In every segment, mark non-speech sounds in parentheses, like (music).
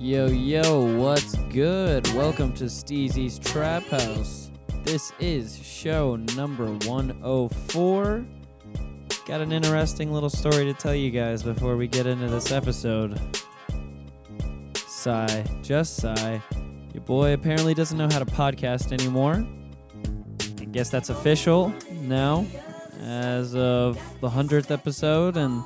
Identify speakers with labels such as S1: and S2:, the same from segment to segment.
S1: Yo, yo, what's good? Welcome to Steezy's Trap House. This is show number 104. Got an interesting little story to tell you guys before we get into this episode. Sigh, just sigh. Your boy apparently doesn't know how to podcast anymore. I guess that's official now, as of the 100th episode. And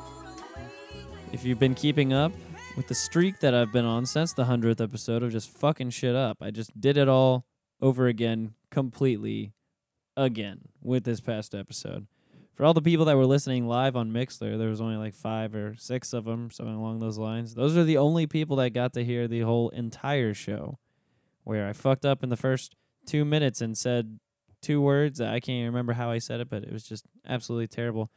S1: if you've been keeping up, with the streak that I've been on since the 100th episode of just fucking shit up. I just did it all over again, completely again with this past episode. For all the people that were listening live on Mixler, there was only like five or six of them, something along those lines. Those are the only people that got to hear the whole entire show where I fucked up in the first two minutes and said two words. I can't even remember how I said it, but it was just absolutely terrible.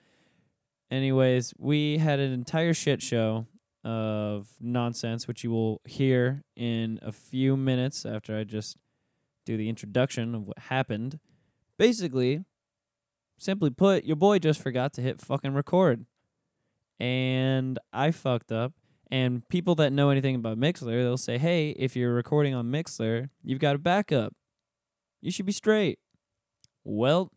S1: Anyways, we had an entire shit show of nonsense, which you will hear in a few minutes after I just do the introduction of what happened. Basically, simply put, your boy just forgot to hit fucking record. And I fucked up. And people that know anything about Mixler, they'll say, hey, if you're recording on Mixler, you've got a backup. You should be straight. Well,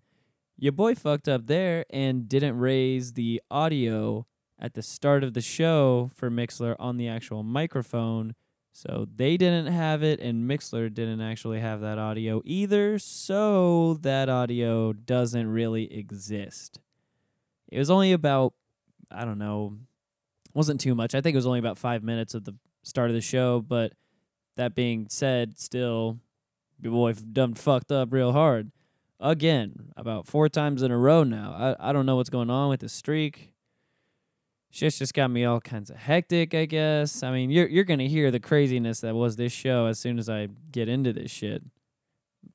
S1: your boy fucked up there and didn't raise the audio at the start of the show for Mixler on the actual microphone. So they didn't have it, and Mixler didn't actually have that audio either. So that audio doesn't really exist. It was only about, I don't know, wasn't too much. I think it was only about five minutes of the start of the show. But that being said, still, your boy done fucked up real hard. Again, about four times in a row now. I, I don't know what's going on with the streak shit's just got me all kinds of hectic, I guess. I mean, you're you're gonna hear the craziness that was this show as soon as I get into this shit.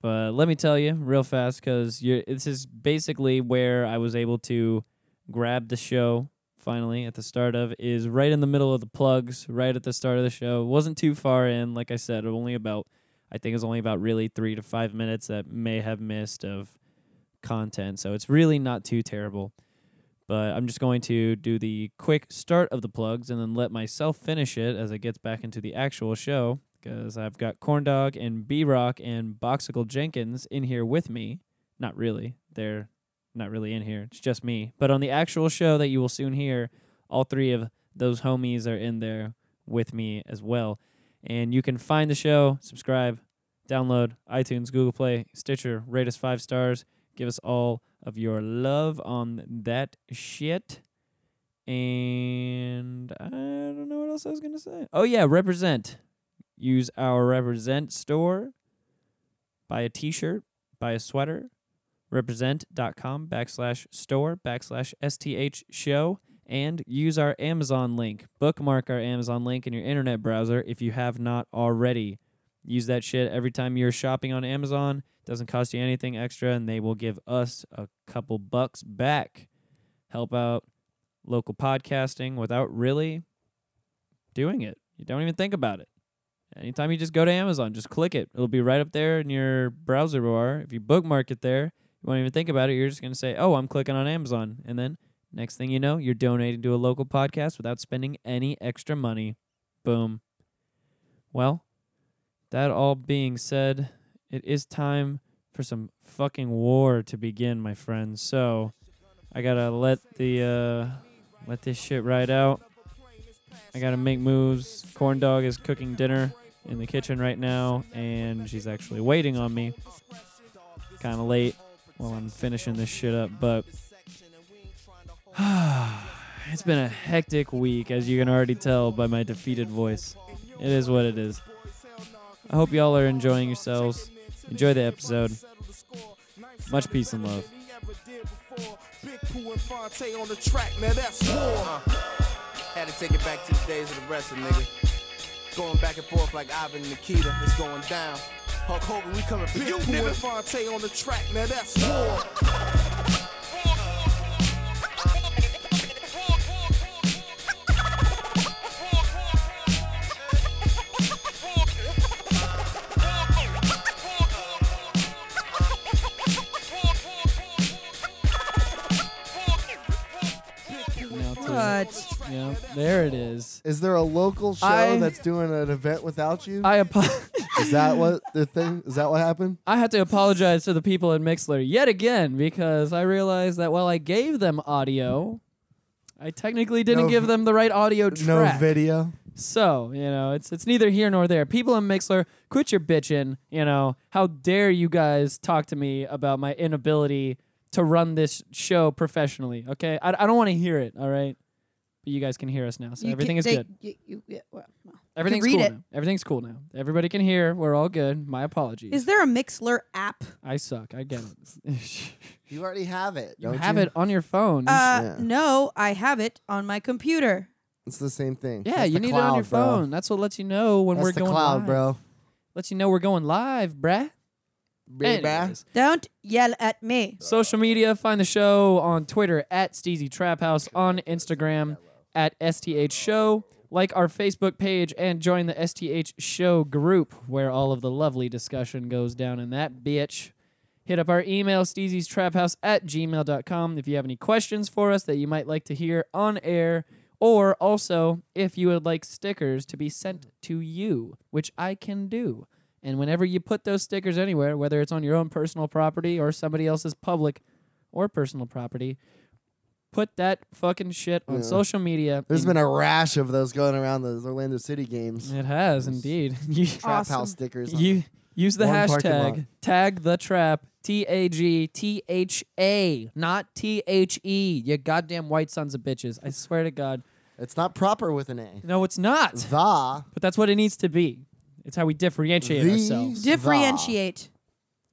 S1: But let me tell you real fast, cause you're, this is basically where I was able to grab the show finally at the start of is right in the middle of the plugs, right at the start of the show. It wasn't too far in, like I said, only about I think it was only about really three to five minutes that may have missed of content. So it's really not too terrible but I'm just going to do the quick start of the plugs and then let myself finish it as it gets back into the actual show because I've got Corndog and B Rock and Boxical Jenkins in here with me. Not really. They're not really in here. It's just me. But on the actual show that you will soon hear, all three of those homies are in there with me as well. And you can find the show, subscribe, download, iTunes, Google Play, Stitcher, rate us five stars give us all of your love on that shit. And I don't know what else I was gonna say. Oh yeah, represent. Use our represent store. Buy a t-shirt, buy a sweater. Represent.com backslash store backslash STH show and use our Amazon link. Bookmark our Amazon link in your internet browser if you have not already. Use that shit every time you're shopping on Amazon. Doesn't cost you anything extra, and they will give us a couple bucks back. Help out local podcasting without really doing it. You don't even think about it. Anytime you just go to Amazon, just click it. It'll be right up there in your browser bar. If you bookmark it there, you won't even think about it. You're just going to say, oh, I'm clicking on Amazon. And then next thing you know, you're donating to a local podcast without spending any extra money. Boom. Well, that all being said, it is time for some fucking war to begin, my friends. So I gotta let the uh, let this shit ride out. I gotta make moves. Corn dog is cooking dinner in the kitchen right now, and she's actually waiting on me. Kind of late while I'm finishing this shit up, but (sighs) it's been a hectic week, as you can already tell by my defeated voice. It is what it is. I hope y'all are enjoying yourselves. Enjoy the episode. Much peace and love.
S2: Big Pooh and Fonte on the track, now that's war.
S3: Uh-huh. Had to take it back to the days of the wrestling, nigga. Going back and forth like Ivan and Nikita. It's going down. Hulk Hogan, we coming for
S2: Big
S3: you,
S2: Pooh and
S3: nigga.
S2: Fonte on the track, now that's war.
S1: Now through.
S4: What?
S1: Yeah, there it is.
S5: Is there a local show
S1: I-
S5: that's doing an event without you?
S1: I apo- (laughs)
S5: is that what the thing? Is that what happened?
S1: I had to apologize to the people at Mixler yet again because I realized that while I gave them audio, I technically didn't
S5: No
S1: give
S5: v-
S1: them the right audio track.
S5: No video.
S1: So, you know, it's it's neither here nor there. People in Mixler, quit your bitching. You know, how dare you guys talk to me about my inability to run this show professionally, okay? I, I don't want to hear it, all right? But you guys can hear us now, so
S4: You
S1: everything
S4: can-
S1: is
S4: they-
S1: good.
S4: You, you, yeah, well, well. You can
S1: Everything's
S4: read
S1: cool
S4: it.
S1: now. Everything's cool now. Everybody can hear. We're all good. My apologies.
S4: Is there a Mixler app?
S1: I suck. I get it. (laughs)
S5: You already have it.
S1: you
S5: don't
S1: have it on your phone.
S4: Uh,
S5: Yeah.
S4: No, I have it on my computer.
S5: It's the same thing.
S1: yeah,
S5: That's
S1: you
S5: the
S1: need it
S5: cloud,
S1: on your
S5: bro.
S1: phone. That's what lets you know when
S5: That's
S1: we're
S5: the
S1: going
S5: cloud,
S1: live.
S5: bro.
S1: Lets you know we're going live, bruh.
S5: Big back.
S1: Anyways.
S4: Don't yell at me.
S1: Social media, find the show on Twitter at Steezy Trap House, on Instagram at STH Show. Like our Facebook page and join the STH Show group where all of the lovely discussion goes down in that bitch. Hit up our email, steezystraphouse at gmail.com, if you have any questions for us that you might like to hear on air, or also if you would like stickers to be sent to you, which I can do. And whenever you put those stickers anywhere, whether it's on your own personal property or somebody else's public or personal property, put that fucking shit on
S5: Yeah.
S1: social media.
S5: There's
S1: and-
S5: been a rash of those going around the Orlando City games.
S1: It has indeed. (laughs) You-
S5: Trap
S4: Awesome.
S5: house stickers. on
S1: you use the
S5: One parking lot.
S1: hashtag tag the trap T A G T H A not T H E. You goddamn white sons of bitches! I swear to God.
S5: It's not proper with an A.
S1: No, it's not.
S5: The
S1: But that's what it needs to be. It's how we differentiate
S5: The-
S1: ourselves.
S4: Differentiate.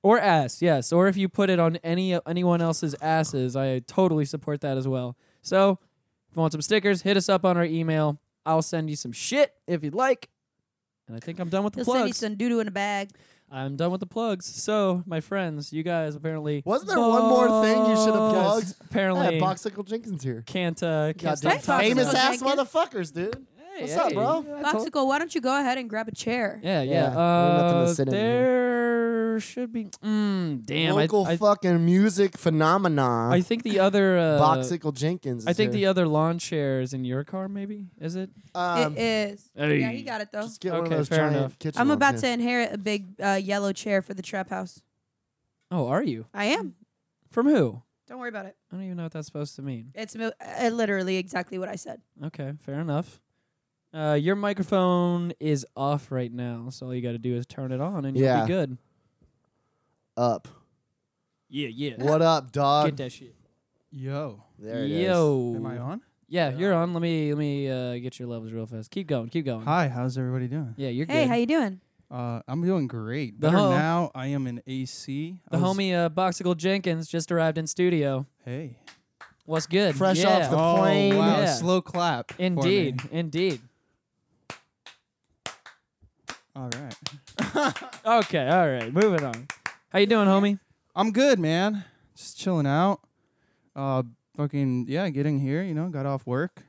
S1: Or ass, yes. Or if you put it on any anyone else's asses, I totally support that as well. So, if you want some stickers, hit us up on our email. I'll send you some shit if you'd like. And I think I'm done with the
S4: He'll send you
S1: plugs.
S4: some doo doo in a bag.
S1: I'm done with the plugs. So, my friends, you guys apparently
S5: Wasn't there one more thing you should
S1: Yes,
S5: have plugged?
S1: (laughs) Apparently,
S5: Hey, Boxicle Jenkins here.
S1: can't uh, can't
S5: Goddamn
S1: stop
S4: Hey,
S1: talking
S5: famous
S1: about-
S5: ass
S4: Jenkins.
S5: motherfuckers, dude.
S1: Hey,
S5: What's up,
S1: hey,
S5: bro?
S1: I told-
S4: Boxicle, why don't you go ahead and grab a chair?
S1: Yeah, yeah.
S5: Yeah, there ain't nothing to
S1: Uh,
S5: sit in
S1: there should be. Mm, damn, I,
S5: Local
S1: I,
S5: fucking music phenomenon.
S1: I think the other uh,
S5: Boxicle Jenkins. Is
S1: I think the
S5: here.
S1: other lawn chair is in your car. Maybe is uh, it?
S5: the um,
S4: it is. Yeah,
S1: Hey.
S4: he got it though.
S5: just get one of
S1: Okay,
S5: those
S1: fair
S5: giant
S1: enough.
S5: kitchen
S4: I'm
S5: ones,
S4: about
S5: yeah.
S4: to inherit a big uh, yellow chair for the trap house.
S1: Oh, are you
S4: I am.
S1: from who?
S4: Don't worry about it.
S1: I don't even know what that's supposed to mean.
S4: It's mo- uh, literally exactly what I said.
S1: Okay, fair enough. Uh, your microphone is off right now, so all you got to do is turn it on, and you'll
S5: Yeah.
S1: be good.
S5: up.
S1: Yeah, yeah.
S5: What up,
S1: Get
S5: dog?
S1: that shit.
S6: Yo,
S5: There it is.
S1: Yo.
S6: am I on?
S1: Yeah, you're on. Let me let me uh, get your levels real fast. Keep going. Keep going.
S6: Hi, how's everybody doing?
S1: Yeah, you're
S4: Hey,
S1: good.
S4: how you doing?
S6: Uh, I'm doing great.
S1: The
S6: Better
S1: ho-
S6: now. I am in Oh, AC. I
S1: the
S6: was-
S1: homie uh, Boxicle Jenkins just arrived in studio.
S6: Hey.
S1: What's good?
S5: Fresh
S1: yeah.
S5: off The
S6: oh
S5: plane.
S6: wow!
S1: Yeah.
S6: Slow clap. for me.
S1: Indeed, indeed.
S6: All right.
S1: Okay, all right. Moving on. How you doing, homie?
S6: I'm good, man. Just chilling out. Uh, fucking yeah. Getting here, you know. Got off work.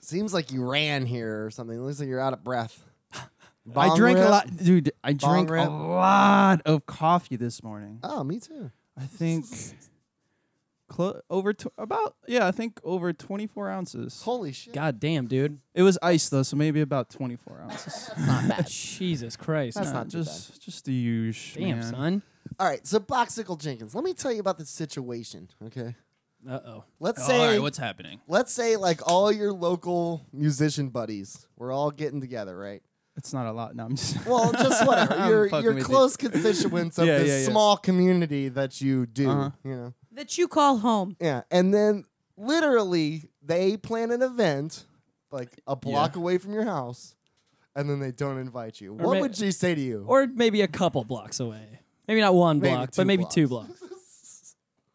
S5: Seems like you ran here or something. Looks like you're out of breath.
S6: (laughs) I
S5: Bong
S6: drank
S5: rip?
S6: a lot, dude. I
S5: Bong
S6: drank
S5: rip?
S6: a lot of coffee this morning.
S5: Oh, me too.
S6: I think clo- over tw- about yeah. I think over 24 ounces.
S5: Holy shit.
S1: God damn, dude.
S6: It was ice though, so maybe about 24 ounces.
S1: (laughs) Jesus Christ.
S5: That's
S6: Nah,
S5: not too
S6: just just the huge.
S1: Damn,
S6: man.
S1: son.
S5: All right, so Boxicle Jenkins, let me tell you about the situation, okay?
S1: Uh oh.
S5: Let's say
S6: happening?
S5: let's say like all your local musician buddies, we're all getting together, right?
S6: It's not a lot. No, I'm just. (laughs)
S5: Well, just whatever.
S6: I'm
S5: your
S6: fucking
S5: your
S6: with you.
S5: close constituents of
S6: (laughs) Yeah,
S5: this
S6: yeah, yeah.
S5: small community that you do,
S6: Uh-huh.
S5: you know.
S4: That you call home.
S5: Yeah, and then literally they plan an event like a block away from your house and then they don't invite you. what
S1: may-
S5: would you say to you?
S1: Or maybe a couple blocks away. Maybe not one
S5: Maybe
S1: block,
S5: two
S1: but maybe two
S5: blocks.
S1: blocks.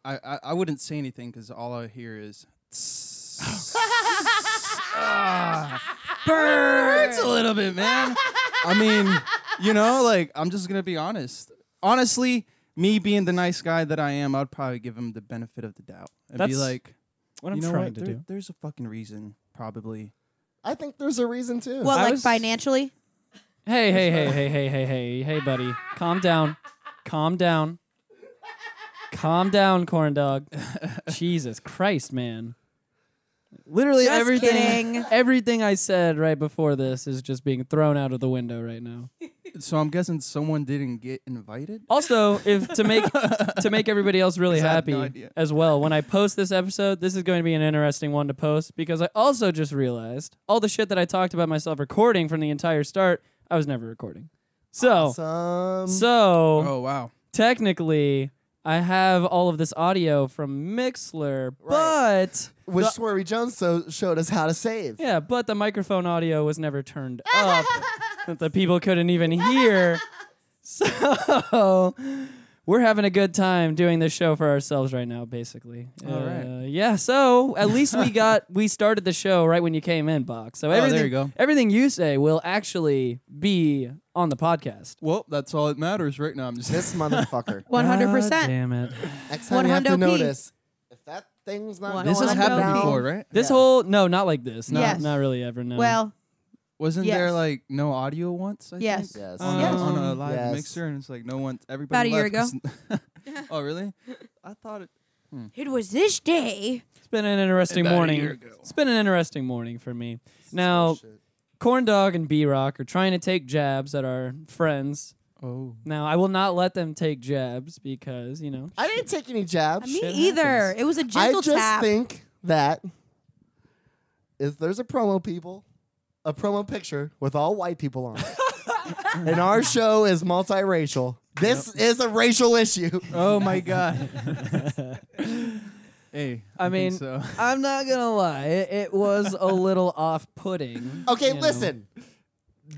S6: I, I I wouldn't say anything because all I
S5: (laughs)
S6: hear is. Burns "Ah, a little bit, man. I mean, you know, like I'm just gonna be honest. Honestly, me being the nice guy that I am, I'd probably give him the benefit of the doubt and be
S1: That's
S6: like,
S1: What
S6: you
S1: I'm
S6: know
S1: trying
S6: what?
S1: to
S6: There-
S1: do.
S6: There's a fucking reason, probably.
S5: I think there's a reason too.
S4: Well,
S1: I
S4: like
S1: was-
S4: financially?
S1: Hey, hey, hey, hey, hey, hey, hey, hey, buddy. Calm down. Calm down.
S6: (laughs)
S1: Calm down, corn dog. Jesus Christ, man. Literally
S4: Just
S1: everything
S4: kidding.
S1: everything I said right before this is just being thrown out of the window right now.
S6: So I'm guessing someone didn't get invited.
S1: Also, if to
S6: (laughs)
S1: make to make everybody else really
S6: 'Cause I have
S1: happy
S6: no idea.
S1: as well, when I post this episode, this is going to be an interesting one to post because I also just realized all the shit that I talked about myself recording from the entire start, I was never recording. So,
S5: Some
S1: so
S6: Oh wow.
S1: technically, I have all of this audio from Mixler,
S5: Right.
S1: but
S5: which
S1: the-
S5: Swery Jones so, showed us how to save.
S1: yeah, but the microphone audio was never
S6: (laughs)
S1: turned up that the people couldn't even hear. So we're having a good time doing this show for ourselves right now, basically.
S6: All right.
S1: Uh, yeah, so at least we
S6: (laughs)
S1: got we started the show right when you came in, Box. So
S6: Oh, there you
S1: everything,
S6: go.
S1: everything you say will actually be on the podcast.
S6: Well, that's all that matters right now. I'm just
S5: (laughs) This motherfucker.
S4: One hundred
S1: God
S4: percent.
S1: Damn it.
S5: Next time you have to
S4: 100p.
S5: notice if that thing's not.
S4: One-
S5: Going
S6: This has
S4: I
S6: happened
S4: know.
S5: down,
S6: before, right?
S1: This
S5: Yeah.
S1: whole no, not like this. Not
S4: Yes.
S1: not really ever. No.
S4: Well,
S6: Wasn't
S4: Yes.
S6: there like no audio once? I
S4: Yes.
S6: Think?
S5: Yes. Oh,
S6: On,
S1: Yes.
S6: A, on a live
S5: Yes.
S6: mixer, and it's like no one. Everybody
S4: a year
S6: left
S4: (laughs)
S6: 'cause- (laughs) oh really? I thought it.
S4: it was this day.
S1: It's been an interesting
S6: About a
S1: morning.
S6: year ago.
S1: It's been an interesting morning for me. now, Corn Dog and B Rock are trying to take jabs at our friends.
S6: Oh.
S1: Now, I will not let them take jabs because, you know,
S5: I didn't take any jabs.
S4: Me
S1: Shit
S4: either.
S1: happens.
S4: It was a
S5: I
S4: gentle
S5: just
S4: tap.
S5: think that if there's a promo people, a promo picture with all white people on, it, and our show is multiracial. This is a racial issue.
S6: Oh my
S1: (laughs)
S6: god. hey.
S1: I
S6: think
S1: mean,
S6: so.
S1: (laughs) I'm not going to lie. It, it was a little off putting.
S5: (laughs) Okay, listen.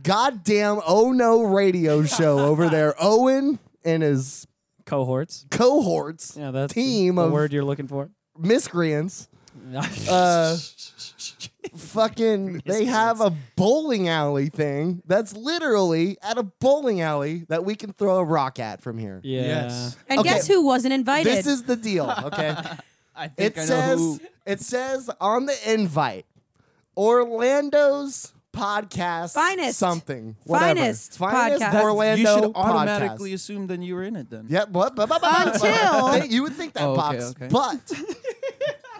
S5: Goddamn Oh No radio show over there. Owen and his
S1: Cohorts.
S5: cohorts,
S1: Yeah, that's the-
S5: Team
S1: the
S5: of-
S1: word you're looking
S6: (laughs)
S1: for.
S5: miscreants, uh, fucking, they have a bowling alley thing that's literally at a bowling alley that we can throw a rock at from here.
S1: yeah.
S6: Yes.
S4: And
S5: Okay.
S4: guess who wasn't invited?
S5: This is the
S4: (laughs)
S5: deal, okay?
S6: I think
S5: it
S6: I know
S5: says
S6: who.
S5: it says on the invite Orlando's podcast
S4: Finest.
S5: something whatever.
S4: Finest
S5: finest
S4: podcast.
S6: That's-
S5: Orlando
S6: You should
S5: podcast.
S6: automatically assume then you were in it then.
S5: Yep. What? But, but, but, but-
S4: Until-
S5: Hey, you would think that
S6: Oh, okay,
S5: box,
S6: okay.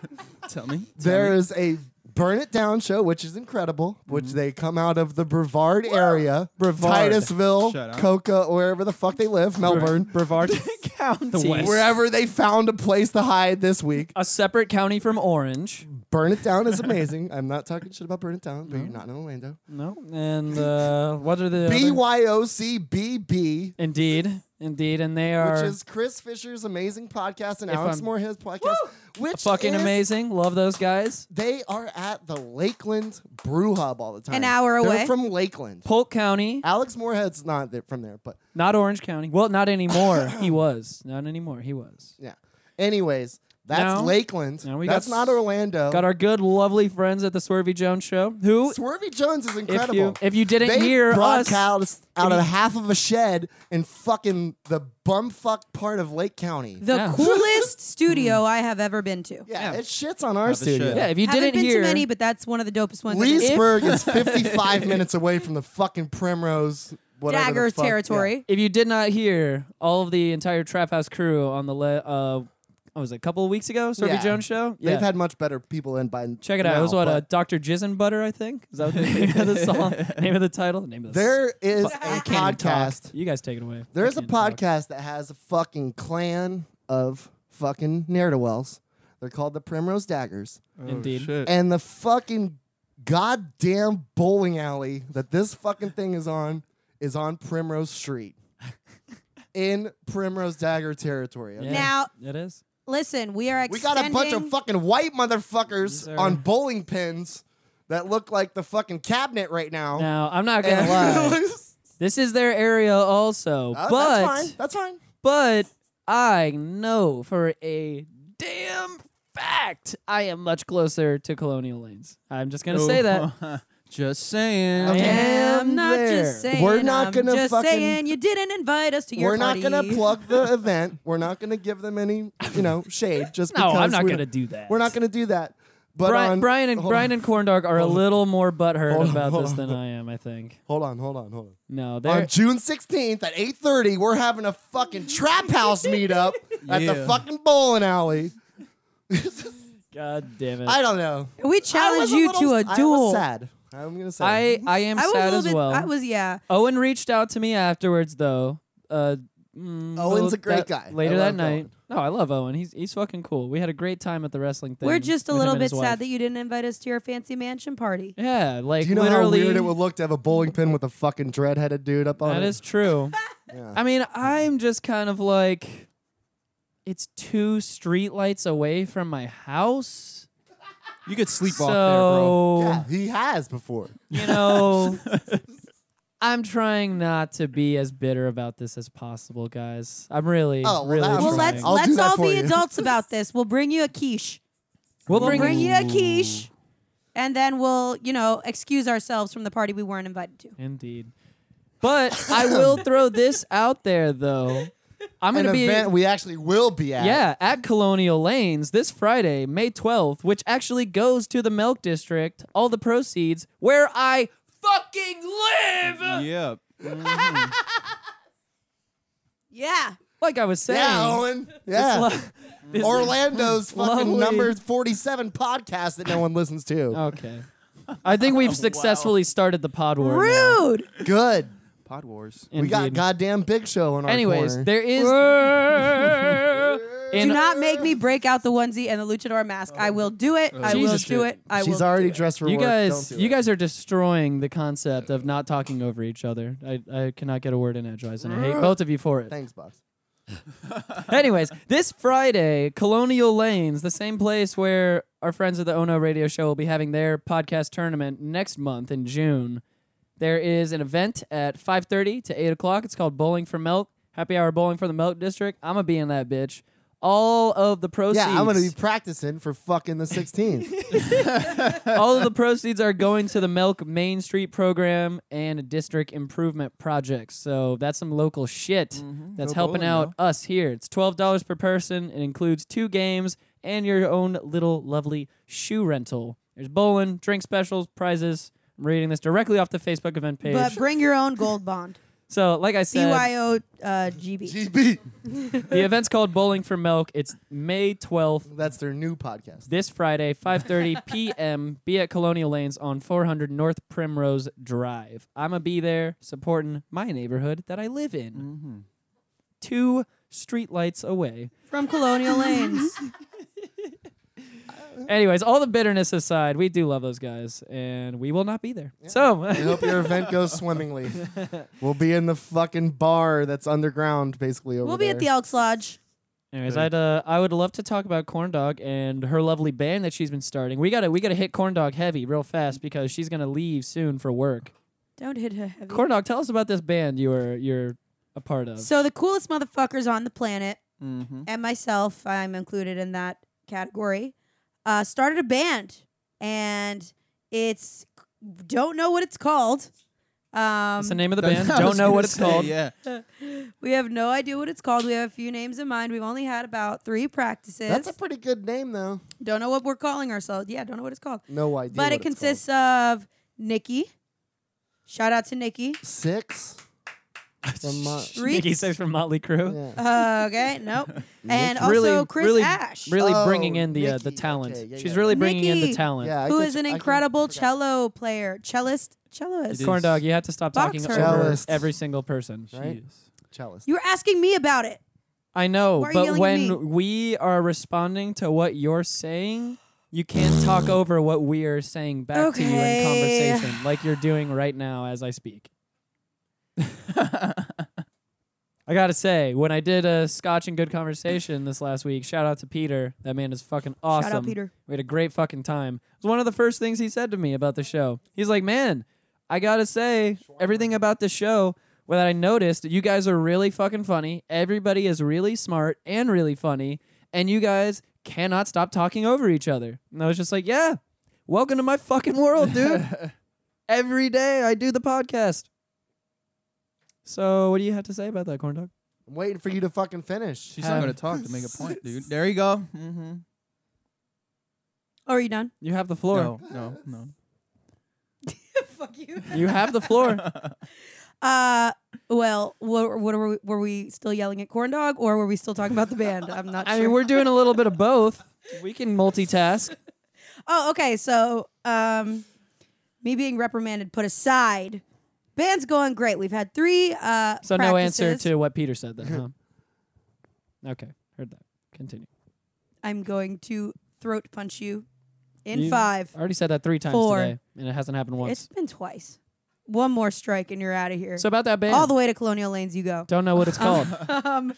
S5: but
S6: (laughs) Tell me.
S5: there is a burn it down show, which is incredible. Which they come out of the Brevard area, Titusville,
S6: Shout out.
S5: Coca, or wherever the fuck they live, Melbourne,
S6: (laughs)
S1: Brevard County.
S6: West.
S5: wherever they found a place to hide this week.
S1: A separate county from Orange.
S5: Burn it down is amazing. I'm not talking shit about burn it down, but you're not in Orlando.
S1: No. And uh, what are the.
S5: B
S1: other-
S5: Y O C B B,
S1: Indeed. Indeed. And they are.
S5: which is Chris Fisher's amazing podcast and
S1: If
S5: Alex
S1: I'm-
S5: Moore his podcast, which
S1: Fucking
S5: is-
S1: amazing. Love those guys.
S5: They are at the Lakeland Brew Hub all the time.
S4: An hour
S5: They're
S4: away.
S5: from Lakeland.
S1: Polk County,
S5: Alex Moorhead's not there, from there, but
S1: not Orange County. Well, not anymore.
S5: (coughs)
S1: he was. Not anymore. He was.
S5: yeah. Anyways, that's
S1: Now-
S5: Lakeland.
S1: now we
S5: that's
S1: got s-
S5: not Orlando.
S1: Got our good, lovely friends at the Swervy Jones show. Who,
S5: Swervy Jones is
S1: if
S5: incredible.
S1: you if you didn't
S5: they
S1: hear us,
S5: broadcast out of half of a shed in fucking the bumfuck part of Lake County.
S4: the
S1: Yeah.
S5: (laughs)
S4: coolest studio I have ever been to.
S5: yeah,
S6: Yeah.
S5: it shits on our
S6: Have a
S5: studio.
S6: shed.
S1: yeah, if you
S4: Haven't
S1: didn't
S4: been
S1: hear,
S4: to many, but that's one of the dopest ones. I've been to.
S5: Leesburg
S1: (laughs)
S5: is 55 minutes away from the fucking Primrose, whatever the
S4: Dagger's
S5: fuck- yeah.
S4: territory.
S1: if you did not hear all of the entire Trap House crew on the le- uh, what was it, a couple of weeks ago, Swervy
S5: Yeah.
S1: Jones show. Yeah,
S5: They've had much better people in by
S1: check it out.
S5: now,
S1: it was what
S5: but
S1: uh, Doctor Jizzin Butter, I think. Is that what the name of the
S5: (laughs)
S1: song? Name of the title? Name of the
S5: there is a
S1: I can't even talk.
S5: podcast.
S1: You guys take it away.
S5: There
S1: I
S5: is a
S1: can't talk.
S5: podcast that has a fucking clan of fucking ne'er do wells. They're called the Primrose Daggers,
S6: Oh,
S1: Indeed.
S6: shit.
S5: and the fucking goddamn bowling alley that this fucking thing is on is on
S1: (laughs)
S5: Primrose Street, in Primrose Dagger territory. okay?
S1: Yeah.
S4: Now,
S1: It is.
S4: listen, we are
S5: We
S4: extending.
S5: got a bunch of fucking white motherfuckers
S1: These are-
S5: on bowling pins that look like the fucking cabinet right now.
S1: Now I'm not gonna
S5: (laughs) And-
S1: lie. This is their area also,
S5: Uh,
S1: but
S5: that's fine. That's fine.
S1: but I know for a damn fact I am much closer to Colonial Lanes. I'm just gonna say
S5: (laughs)
S1: that.
S6: Just saying.
S1: Okay.
S4: I'm not
S1: there.
S4: just saying.
S5: We're not
S4: I'm
S5: gonna
S4: just
S5: fucking-
S4: saying you didn't invite us to your
S5: We're
S4: party.
S5: not gonna plug
S1: (laughs)
S5: the event. We're not gonna give them any, you know, shade. Just
S1: No,
S5: because
S1: I'm not
S5: we-
S1: gonna do that.
S5: We're not gonna do that. But
S1: Brian,
S5: on,
S1: Brian and
S5: hold
S1: Brian
S5: on,
S1: and Corndog are a little more butthurt
S5: Hold on,
S1: about
S5: hold
S1: this
S5: on.
S1: than I am. I think.
S5: hold on, hold on, hold on.
S1: No,
S5: On
S1: they're
S5: June 16th at 8:30, we're having a fucking trap house meetup at the
S6: Yeah.
S5: fucking bowling alley.
S1: God damn it.
S5: I don't know.
S4: We
S5: I
S4: challenge
S5: was
S4: you
S5: little-
S4: to a
S5: I was
S4: duel.
S5: sad. I'm gonna say.
S1: I, I am
S4: Mm-hmm. I was a
S1: sad
S4: little
S1: as
S4: bit.
S1: well.
S4: I was yeah.
S1: Owen reached out to me afterwards though. Uh, mm,
S5: Owen's
S1: little-
S5: a great
S1: that-
S5: guy.
S1: Later
S5: I
S1: that
S5: love
S1: night.
S5: Owen.
S1: No, I love Owen. He's he's fucking cool. We had a great time at the wrestling thing.
S4: We're just a
S1: with him
S4: little
S1: and his
S4: bit
S1: wife.
S4: sad that you didn't invite us to your fancy mansion party.
S1: Yeah, like
S5: Do you know how
S1: literally.
S5: weird it would look to have a bowling pin with a fucking dread-headed dude up on
S1: That
S5: it?
S1: is
S4: (laughs)
S1: true.
S5: Yeah.
S1: I mean, I'm just kind of like, it's two streetlights away from my house.
S6: You could sleep
S1: so
S6: off there, bro.
S5: yeah, he has before.
S1: you know, I'm trying not to be as bitter about this as possible, guys. I'm really,
S5: Oh, well,
S1: really.
S5: that- I'm
S1: trying.
S4: well, let's
S5: I'll do
S4: let's
S5: that
S4: all
S5: for
S4: be
S5: you.
S4: adults about this. We'll bring you a quiche.
S1: we'll
S4: We'll
S1: bring.
S4: bring you a quiche, and then we'll you know excuse ourselves from the party we weren't invited to.
S1: Indeed, but I
S5: (laughs)
S1: will throw this out there though. I'm
S5: An
S1: gonna be
S5: event we actually will be at.
S1: Yeah, at Colonial Lanes this Friday, May 12th, which actually goes to the Milk District, all the proceeds, where I fucking live!
S6: Yep.
S4: Yeah.
S1: Like I was saying.
S5: Yeah, Owen. Yeah.
S1: lo- this-
S4: (laughs)
S5: Orlando's fucking
S1: lovely.
S5: number 47 podcast that no one listens to.
S1: (laughs)
S4: Oh.
S1: Okay. I think
S5: (laughs)
S1: we've successfully started the pod war. now.
S4: Rude.
S5: Good.
S6: Pod Wars.
S5: We got
S1: Indeed.
S5: goddamn Big Show in our
S1: Anyways,
S5: corner.
S1: there is.
S4: Do
S1: in-
S4: not make me break out the onesie and the luchador mask. I will do it. I will
S1: Jesus
S4: do
S1: shit.
S4: it. I will.
S5: She's
S4: do
S5: already
S4: it.
S5: dressed for
S1: You
S5: work.
S1: guys,
S5: Don't do
S1: you
S5: it.
S1: guys are destroying the concept of not talking over each other. I, I cannot get a word in edgewise, and I hate both of you for it.
S5: Thanks, boss.
S1: Anyways, this Friday, Colonial Lanes, the same place where our friends at the Ono Radio Show will be having their podcast tournament next month in June. There is an event at 5:30 to 8 o'clock. It's called Bowling for Milk. Happy hour bowling for the Milk District. I'm gonna be in that bitch. All of the proceeds.
S5: Yeah, I'm going to be practicing for fucking the
S4: (laughs)
S5: 16th.
S1: all of the proceeds are going to the Milk Main Street program and district improvement projects. So that's some local shit that's
S6: No
S1: helping
S6: bowling,
S1: out us here. It's twelve dollars per person. It includes two games and your own little lovely shoe rental. There's bowling, drink specials, prizes. I'm reading this directly off the Facebook event page.
S4: But bring your own gold bond.
S1: so, like I (laughs) said,
S4: BYO uh, GB.
S5: GB.
S1: the event's called Bowling for Milk. It's May twelfth.
S5: That's their new podcast.
S1: this Friday, 5:30 p.m. Be at Colonial Lanes on 400 North Primrose Drive. I'ma be there supporting my neighborhood that I live in, two streetlights away.
S4: From Colonial
S1: (laughs)
S4: Lanes.
S1: Anyways, all the bitterness aside, we do love those guys, and we will not be there. So. (laughs)
S5: I hope your event goes
S4: (laughs)
S5: swimmingly. We'll be in the fucking bar that's underground, basically. Over
S4: We'll be at the
S5: there.
S4: Elks Lodge.
S1: Anyways, I'd uh, I would love to talk about Corn Dog and her lovely band that she's been starting. We gotta we gotta hit Corn Dog heavy real fast because she's gonna leave soon for work.
S4: Don't hit her heavy.
S1: Corn Dog, tell us about this band you were you're a part of.
S4: So the coolest motherfuckers on the planet,
S6: Mm-hmm.
S4: and myself, I'm included in that category, uh, started a band, and it's don't know what it's called. Um,
S1: That's the
S6: (laughs)
S1: name of the
S5: (laughs)
S1: band. Don't know what it's called.
S6: Yeah.
S4: we have no idea what it's called. We have a few names in mind. We've only had about three practices.
S5: That's a pretty good name, though.
S4: don't know what we're calling ourselves. Yeah, don't know what it's called.
S5: No idea.
S4: But
S5: what
S4: it
S5: it's
S4: consists of Nikki. Shout out to Nikki.
S5: called.
S4: (laughs)
S5: six. From my-
S1: (laughs)
S4: Reeks.
S1: Nikki Six from Motley Crue.
S5: yeah.
S4: Uh, okay, nope. And also
S1: Really-
S4: Chris
S1: really-
S4: Ash,
S1: Really
S5: Oh,
S1: bringing in the uh, the
S5: Nikki.
S1: talent.
S5: Okay, yeah,
S1: She's
S5: yeah.
S1: really bringing in the
S4: Nikki.
S1: talent.
S5: Yeah, I
S4: who
S5: get
S4: is
S5: you-
S4: an
S5: I can-
S4: incredible
S5: I forgot.
S4: cello player, cellist,
S1: Corn
S4: celloist.
S6: is.
S1: Corndog, you have to stop
S4: Box
S1: talking
S4: her.
S1: over
S5: Cellist.
S1: every single person.
S5: Right? Cellist.
S4: You were asking me about it.
S1: I know,
S4: Why are you
S1: but
S4: yelling at
S1: when
S4: me?
S1: we are responding to what you're saying, you can't
S5: (sighs)
S1: talk over what we are saying back to you in
S4: Okay.
S1: conversation, like you're doing right now as I speak. I gotta say, when I did a Scotch and Good Conversation this last week, shout out to Peter. That man is fucking awesome.
S4: Shout out Peter.
S1: We had a great fucking time. It was one of the first things he said to me about the show. He's like, man, I gotta say, everything about the show that I noticed, you guys are really fucking funny. Everybody is really smart and really funny. And you guys cannot stop talking over each other. And I was just like, yeah, welcome to my fucking world, dude.
S4: (laughs)
S1: Every day I do the podcast. So, what do you have to say about that, corn dog?
S5: I'm waiting for you to fucking finish.
S6: She's not going to talk to make a point, dude. There you go. Mm-hmm.
S4: Oh, are you done?
S1: You have the floor.
S6: No, no, no.
S4: (laughs) Fuck you.
S1: You have the
S6: (laughs)
S1: floor.
S4: (laughs) Uh, well, what, what were, we, were we still yelling at corn dog, or were we still talking about the band? I'm
S1: (laughs)
S4: not
S1: I
S4: sure.
S1: mean, we're doing a little bit of both. We can multitask.
S4: Oh, okay. So, um, me being reprimanded put aside, band's going great. We've had three. Uh,
S1: So no answer
S4: practices.
S1: to what Peter said then, huh? Okay, heard that. Continue.
S4: I'm going to throat punch you in
S1: You
S4: five.
S1: I already said that three times
S4: Four.
S1: today, and it hasn't happened once.
S4: It's been twice. One more strike and you're out of here.
S1: so about that band.
S4: all the way to Colonial Lanes you go.
S1: Don't know what it's called.
S4: (laughs) um,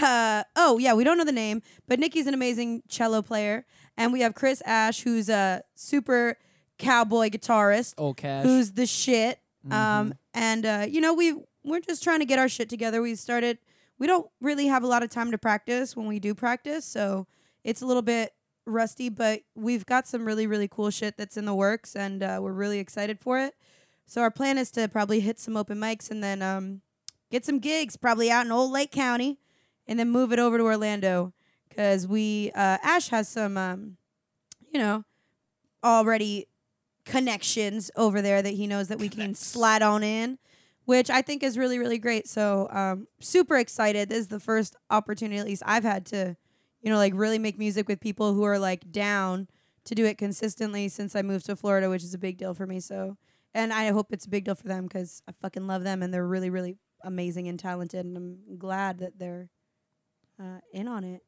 S4: uh, oh yeah, we don't know the name, but Nikki's an amazing cello player, and we have Chris Ash, who's a super cowboy guitarist,
S1: Old Cash.
S4: who's the shit.
S6: Mm-hmm.
S4: Um, and uh, you know we we're just trying to get our shit together. We started. We don't really have a lot of time to practice when we do practice, so it's a little bit rusty. But we've got some really really cool shit that's in the works, and uh, we're really excited for it. So our plan is to probably hit some open mics and then um, get some gigs, probably out in Old Lake County, and then move it over to Orlando because we uh, Ash has some, um, you know, already connections over there that he knows that we can slide on in, which I think is really really great. So um, super excited! This is the first opportunity at least I've had to, you know, like really make music with people who are like down to do it consistently since I moved to Florida, which is a big deal for me. So. And I hope it's a big deal for them because I fucking love them and they're really, really amazing and talented. And I'm glad that they're uh, in on it.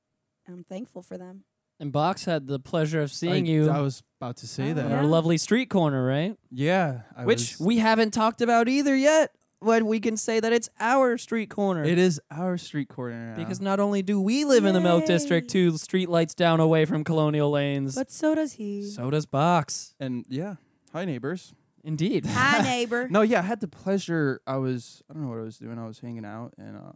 S4: I'm thankful for them.
S1: and Box had the pleasure of
S6: I,
S1: seeing you
S6: I was about to say
S4: Oh,
S1: at
S6: that.
S1: our
S4: yeah.
S1: lovely street corner, right?
S6: Yeah, I
S1: Which
S6: was-
S1: we haven't talked about either yet. But we can say that it's our street corner.
S6: it is our street corner now.
S1: Because not only do we live in the Milk District, two streetlights down away from Colonial Lanes,
S4: But so does he.
S1: so does Box.
S6: and yeah, hi neighbors.
S1: Indeed.
S4: Hi,
S6: (laughs)
S4: neighbor.
S6: No, yeah, I had the pleasure. I was I don't know what I was doing. I was hanging out, and uh,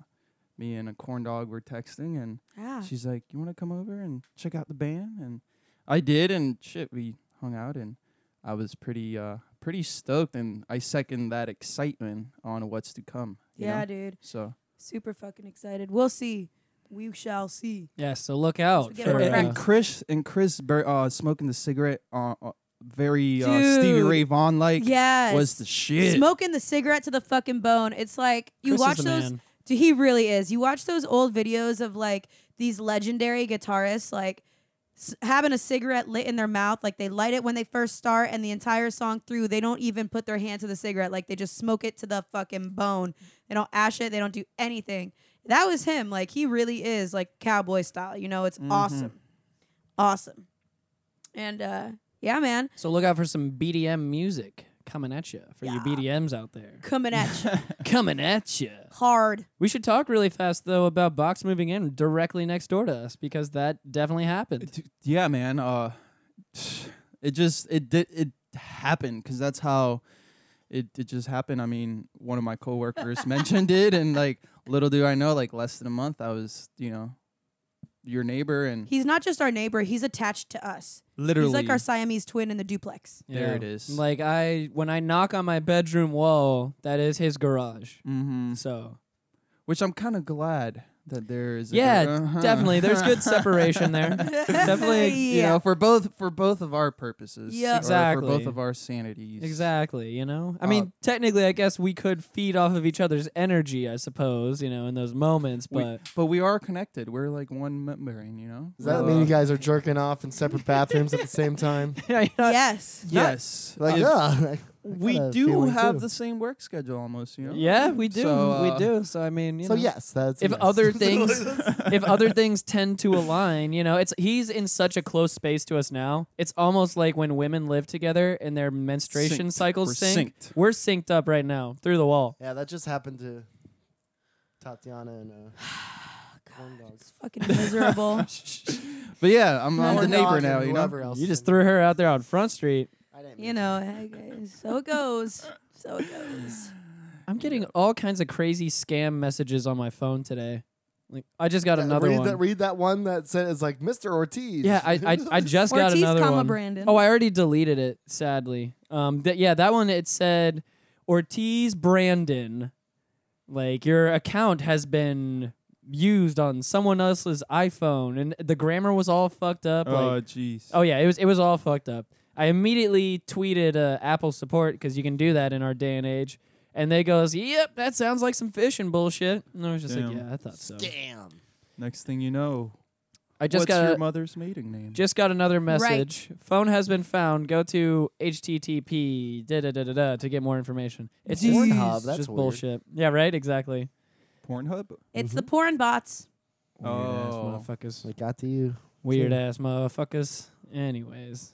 S6: me and a corn dog were texting, and
S4: Ah.
S6: she's like, "You want to come over and check out the band?" And I did, and shit, we hung out, and I was pretty uh pretty stoked, and I second that excitement on what's to come. you
S4: Yeah,
S6: know?
S4: dude.
S6: So
S4: Super fucking excited. We'll see. We shall see.
S1: Yeah, so look out.
S4: get
S1: for,
S4: a
S6: and, and
S1: uh,
S6: Chris and Chris Bur- uh, smoking the cigarette, uh, uh, very uh, Stevie
S4: Dude.
S6: Ray Vaughan like,
S4: Yes.
S6: was the shit.
S4: Smoking the cigarette to the fucking bone. It's like you
S1: Chris is
S4: watch
S1: the
S4: those.
S1: man.
S4: Dude, he really is. You watch those old videos of like these legendary guitarists, like s- having a cigarette lit in their mouth. Like they light it when they first start, and the entire song through, they don't even put their hand to the cigarette. Like they just smoke it to the fucking bone. They don't ash it. They don't do anything. That was him. Like he really is like cowboy style. You know, it's
S1: Mm-hmm.
S4: awesome, awesome. And uh yeah, man,
S1: so look out for some BDM music coming at you for your BDMs out there.
S4: coming
S1: (laughs)
S4: at you
S1: coming at you.
S4: hard.
S1: We should talk really fast though about Box moving in directly next door to us because that definitely happened.
S6: Dude, yeah man uh (sighs) it just it did it happened because that's how it, it just happened i mean one of my coworkers
S1: (laughs)
S6: mentioned it and like little do i know like less than a month i was you know your neighbor and
S4: He's not just our neighbor; he's attached to us.
S6: literally
S4: He's like our Siamese twin in the duplex.
S6: there it is.
S1: Like I when I knock on my bedroom wall, that is his garage.
S6: hmm
S1: So
S6: which i'm kind of glad that there is a
S1: yeah,
S6: gar- Uh-huh.
S1: definitely. There's
S6: (laughs)
S1: good separation there. definitely
S6: you know for both for both of our purposes
S4: Yep.
S6: or
S1: Exactly.
S6: for both of our sanities
S1: Exactly, you know? I
S6: Uh,
S1: mean, technically, I guess we could feed off of each other's energy, I suppose, you know, in those moments,
S6: We-
S1: but
S6: but we are connected we're like one membrane you know
S5: Does that
S6: Uh,
S5: mean you guys are jerking off in separate bathrooms at the same
S6: (laughs)
S5: time?
S1: Yeah, you're not-
S4: yes.
S6: yes
S5: Like,
S6: If-
S5: yeah.
S6: we
S5: got a
S6: do
S5: feeling,
S6: have
S5: too.
S6: the same work schedule almost, you know?
S1: yeah, we do.
S6: So,
S1: we
S6: uh,
S1: do. So, I mean, you
S5: So
S1: know,
S5: yes, that's a
S1: If
S5: yes. (laughs)
S1: other things,
S6: (laughs)
S1: if other things tend to align, you know, it's he's in such a close space to us now. It's almost like when women live together and their menstruation
S6: Synced.
S1: cycles
S6: We're
S1: sync.
S6: synced.
S1: We're synced up right now through the wall.
S5: yeah, that just happened to Tatiana
S6: (sighs)
S5: and
S6: Oh,
S5: uh, Corn Dog.
S4: Fucking
S5: (laughs)
S4: miserable.
S6: But yeah, I'm, I'm the
S5: Corn
S6: neighbor
S5: Dog
S6: now,
S5: and
S6: you know?
S5: whoever else
S1: You just
S5: is-
S1: threw her out there on Front Street.
S5: I didn't
S4: you know, hey, guys, so it goes. So it goes.
S1: I'm getting all kinds of crazy scam messages on my phone today. Like I just got another
S5: read
S1: one.
S5: That, read that one that said it's like Mr. Ortiz.
S1: Yeah, I I,
S4: (laughs)
S1: I just got
S4: Ortiz,
S1: another
S4: comma,
S1: one.
S4: Brandon.
S1: Oh, I already deleted it. Sadly, um, that yeah, that one it said Ortiz Brandon, like your account has been used on someone else's iPhone, and the grammar was all fucked up. like,
S6: jeez.
S1: oh yeah, it was it was all fucked up. I immediately tweeted uh, Apple support because you can do that in our day and age, and they goes, "Yep, that sounds like some phishing bullshit." And I was just
S6: Damn.
S1: like, "Yeah, I thought so."
S5: Damn.
S6: Next thing you know,
S1: I just
S6: What's
S1: got
S6: your
S1: a-
S6: mother's maiden name?
S1: Just got another message. Phone has been found. Go to http da da da da da to get more information. It's just,
S6: Jeez.
S1: Pornhub. That's
S5: Just
S1: just bullshit.
S5: bullshit.
S1: Yeah, right. Exactly.
S6: Pornhub.
S4: It's
S5: Mm-hmm.
S4: the porn bots.
S6: Oh,
S1: motherfuckers.
S5: It got to you.
S1: Weird ass motherfuckers. Anyways,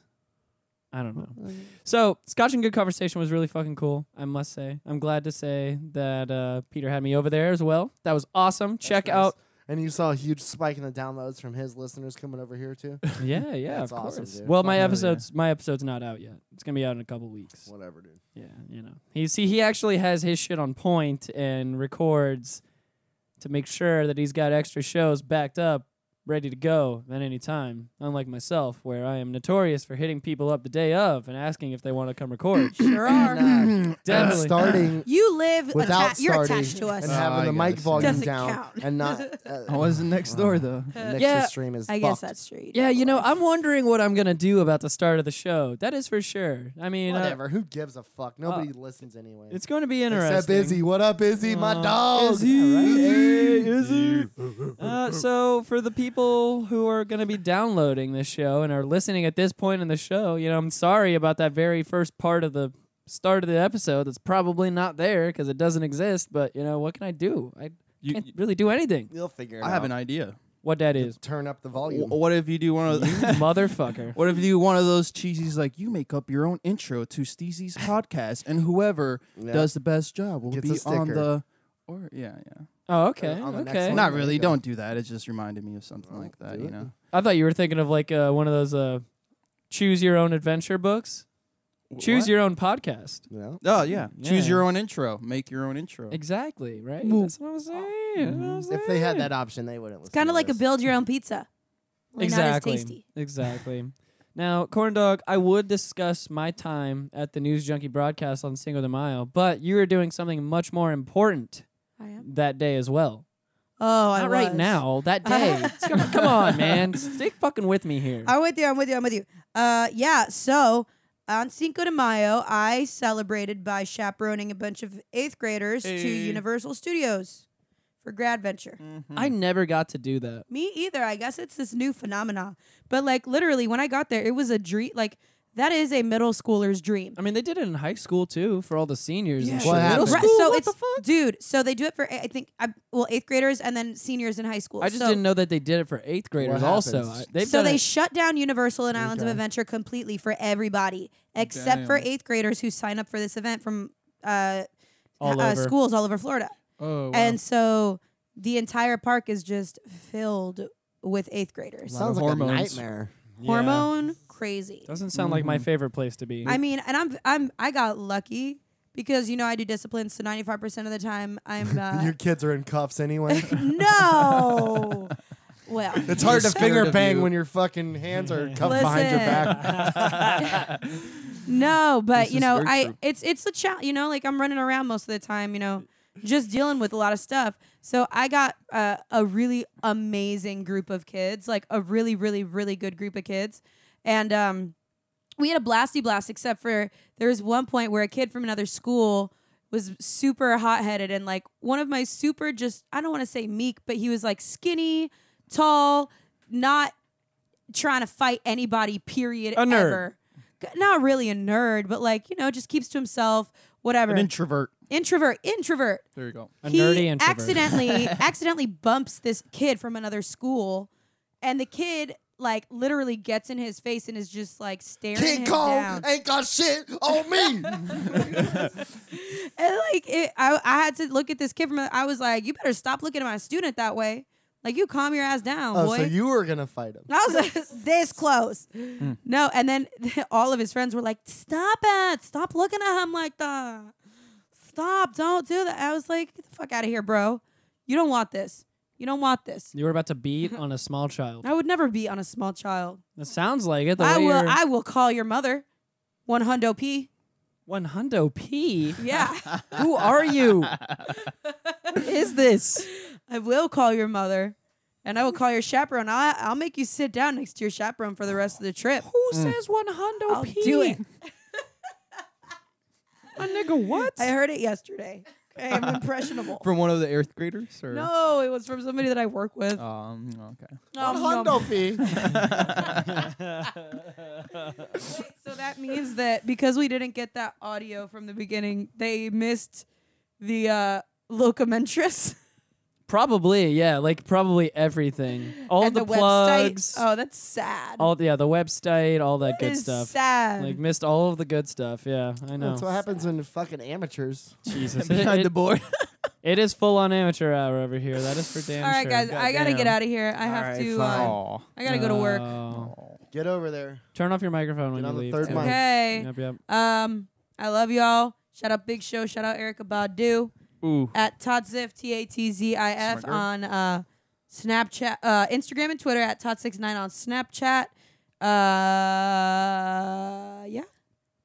S1: I don't know.
S5: Mm.
S1: So, Scotch and Good Conversation was really fucking cool, I must say. I'm glad to say that uh, Peter had me over there as well. That was awesome. Check
S5: nice. (laughs)
S1: out.
S5: (laughs) And you saw a huge spike in the downloads from his listeners coming over here too.
S1: Yeah, yeah,
S5: That's
S1: of
S5: awesome,
S1: course.
S5: dude.
S1: well, my
S6: Fuck yeah.
S1: episode's my episode's not out yet. It's going to be out in a couple weeks.
S5: Whatever, dude.
S1: Yeah, you know. He see he actually has his shit on point and records to make sure that he's got extra shows backed up, ready to go at any time. Unlike myself, where I am notorious for hitting people up the day of and asking if they want to come
S5: (coughs)
S1: record.
S4: Sure
S6: (laughs)
S4: are.
S1: Definitely.
S5: starting
S4: you live
S5: without
S4: atta-
S5: starting
S4: you're attached to us.
S5: and
S6: Uh,
S5: having
S6: I
S5: the
S6: gotta
S5: mic
S6: see.
S5: volume
S4: Doesn't
S5: down
S4: count.
S5: and
S4: (laughs)
S5: not. Uh,
S6: I wasn't next
S1: (laughs)
S6: door though.
S5: Next
S1: Yeah,
S5: stream is.
S4: I guess
S5: fucked.
S4: that's true.
S1: yeah, you know, I'm wondering what I'm gonna do about the start of the show. That is for sure. I mean, uh,
S5: whatever. Who gives a
S6: uh,
S5: fuck? Nobody listens anyway.
S1: it's going to be interesting.
S5: Except Izzy. What up, Izzy? My
S1: Uh,
S5: dog.
S1: Izzy.
S5: Yeah, right?
S1: Hey, Izzy. Uh, so for the people who are going to be downloading this show and are listening at this point in the show, you know, I'm sorry about that very first part of the start of the episode that's probably not there because it doesn't exist. But you know, what can I do? I
S6: You-
S1: can't
S6: you-
S1: really do anything.
S5: You'll figure it
S6: I have
S5: out.
S6: an idea. Oh,
S1: What that
S5: (laughs)
S1: is,
S5: Turn up the
S6: W-
S5: volume.
S6: what if you do one of (laughs) the
S1: motherfucker.
S6: What if you do one of those cheesies like you make up your own intro to
S1: (laughs)
S6: Steezy's podcast and whoever
S5: Yeah.
S6: does the best job will
S5: Gets a
S6: be on
S5: sticker.
S6: the or yeah, yeah.
S1: Oh, okay,
S5: on the next
S1: okay.
S5: one.
S6: Not
S5: there
S6: really,
S5: you go.
S6: don't do that. It just reminded me of something like that,
S5: do
S6: you
S5: it.
S6: know.
S1: I thought you were thinking of like uh, one of those uh, choose your own adventure books. Choose your own podcast.
S5: You know?
S6: Oh yeah. Choose
S1: Yeah.
S6: your own intro. Make your own intro.
S1: Exactly, right?
S6: Well-
S1: That's what I'm saying. That's what I'm
S5: If they had
S1: saying.
S5: that option, they wouldn't.
S4: It's kind of like a
S5: bill.
S4: build your own pizza. Only
S1: exactly.
S4: Not as tasty.
S1: Exactly. Now, corn dog, I would discuss my time at the News Junkie broadcast on Cinco de Mayo, but you were doing something much more important
S4: I am.
S1: that day as well.
S4: Oh, I
S1: Not right
S4: was.
S1: now, that
S4: (laughs)
S1: day. come, on- come on, man. Stick fucking with me here.
S4: I'm with you. I'm with you. I'm with you. Uh, yeah. So on Cinco de Mayo, I celebrated by chaperoning a bunch of eighth graders to
S6: Hey.
S4: Universal Studios for Grad Venture.
S6: Mm-hmm.
S1: I never got to do that.
S4: Me either. I guess it's this new phenomena. But like literally, when I got there, it was a dream. Like that is a middle schooler's dream.
S1: I mean, they did it in high school too for all the seniors and
S5: Yeah.
S1: shit.
S5: What
S1: Middle
S5: happened?
S1: school?
S4: Right, so
S1: what
S4: it's
S1: the fuck?
S4: dude. So they do it for I think I, well eighth graders and then seniors in high school.
S1: I just
S4: So-
S1: didn't know that they did it for eighth graders also.
S5: happens?
S1: I- they've
S4: so
S1: done
S4: they
S1: it-
S4: shut down Universal and Islands of
S5: Okay.
S4: Adventure completely for everybody except for
S6: Damn.
S4: eighth graders who sign up for this event from uh,
S1: All
S4: uh,
S1: over.
S4: schools all over Florida.
S6: Oh
S4: And so the entire park is just filled with eighth graders.
S6: Lot
S5: Sounds
S6: of
S5: like a
S6: hormones.
S5: nightmare.
S1: Yeah. Mm-hmm.
S4: Hormone crazy.
S1: Doesn't sound like my favorite place to be.
S4: I mean, and I'm I'm I got lucky because you know I do discipline, so 95 percent of the time
S1: (laughs)
S4: I'm
S5: (laughs)
S4: uh,
S5: Your kids are in cuffs
S4: (laughs)
S5: anyway.
S1: (laughs)
S4: no. Well,
S5: It's hard to
S6: They're scared
S5: finger
S6: of
S5: bang
S6: you.
S5: when your fucking hands
S6: (laughs)
S5: are cuffed behind your back.
S4: No, but
S6: This
S4: you
S6: is
S4: know,
S6: very
S4: I
S6: true.
S4: it's it's a challenge. You know, like I'm running around most of the time. You know, just dealing with a lot of stuff. So I got uh, a really amazing group of kids, like a really, really, really good group of kids, and um, we had a blasty blast. Except for there was one point where a kid from another school was super hot headed and like one of my super just I don't want to say meek, but he was like skinny, tall, not trying to fight anybody. Period.
S1: A nerd.
S4: Ever. G- Not really a nerd, but like you know, just keeps to himself. Whatever.
S6: an introvert.
S4: introvert. Introvert.
S6: There you go.
S1: a
S4: he
S1: nerdy introvert.
S4: accidentally accidentally bumps this kid from another school, and the kid like literally gets in his face and is just like staring
S5: King
S4: him
S5: Kong
S4: down.
S5: ain't got shit on me.
S4: And like it, I, I had to look at this kid from. I was like, you better stop looking at my student that way. Like you calm your ass
S5: (laughs)
S4: down,
S5: oh,
S4: boy.
S5: so you were gonna fight him?
S4: And I was like, this close.
S1: Hmm.
S4: No, and then (laughs) all of his friends were like, stop it, stop looking at him like that. Stop, don't do that. I was like, get the fuck out of here, bro. You don't want this. You don't want this.
S1: You were about to beat
S4: (laughs)
S1: on a small child.
S4: I would never be on a small child.
S1: That sounds like it. The
S4: I
S1: way
S4: will.
S1: you're-
S4: I will call your mother. One hundo p.
S1: One hundo P. (laughs)
S4: Yeah. (laughs)
S1: Who are you? what is this?
S4: I will call your mother, and I will call your chaperone. I, I'll make you sit down next to your chaperone for the rest of the trip.
S1: Who says one hundo
S4: Mm. I'll
S1: P?
S4: do it.
S1: My nigga, what?
S4: (laughs) I heard it yesterday.
S1: (laughs)
S4: I am impressionable.
S6: (laughs) From one of the eighth graders? Or?
S4: no, it was from somebody that I work with.
S1: Oh.
S6: Um,
S1: (laughs)
S6: okay.
S4: Um,
S5: One
S4: no.
S5: hundo
S6: (laughs)
S5: fee.
S4: Wait, so (laughs) that means that because we didn't get that audio from the beginning, they missed the uh, (laughs) locumentris
S1: Probably, yeah, like probably everything. All
S4: and
S1: the,
S4: the,
S1: plugs.
S4: website. Oh, that's sad.
S1: All yeah, the website, all that
S4: That
S1: good
S4: is
S1: stuff.
S4: Sad.
S1: Like missed all of the good stuff. Yeah, I know.
S5: That's what
S1: (laughs)
S5: happens when fucking amateurs.
S1: Jesus, It-
S6: Behind
S1: it-
S6: the (laughs) board.
S1: it is full on amateur hour over here. That is for damn
S4: all right,
S1: sure.
S4: guys, I gotta get
S6: Goddamn.
S4: out of here. I have
S5: right,
S4: to.
S5: fine.
S4: Uh,
S6: Aw.
S4: I gotta go to work.
S1: Oh.
S5: Get over there.
S1: Turn off your microphone when
S5: Get
S1: you
S5: on the
S1: leave.
S5: third
S1: too.
S5: mic.
S4: Okay.
S1: Yep, yep.
S4: Um, I love y'all. Shout out Big Show. Shout out Erica Badu
S6: Ooh.
S4: at Totzif T A T Z I F
S6: Smart girl.
S4: on uh, Snapchat, uh, Instagram, and Twitter at Tot69 on Snapchat. Uh, yeah,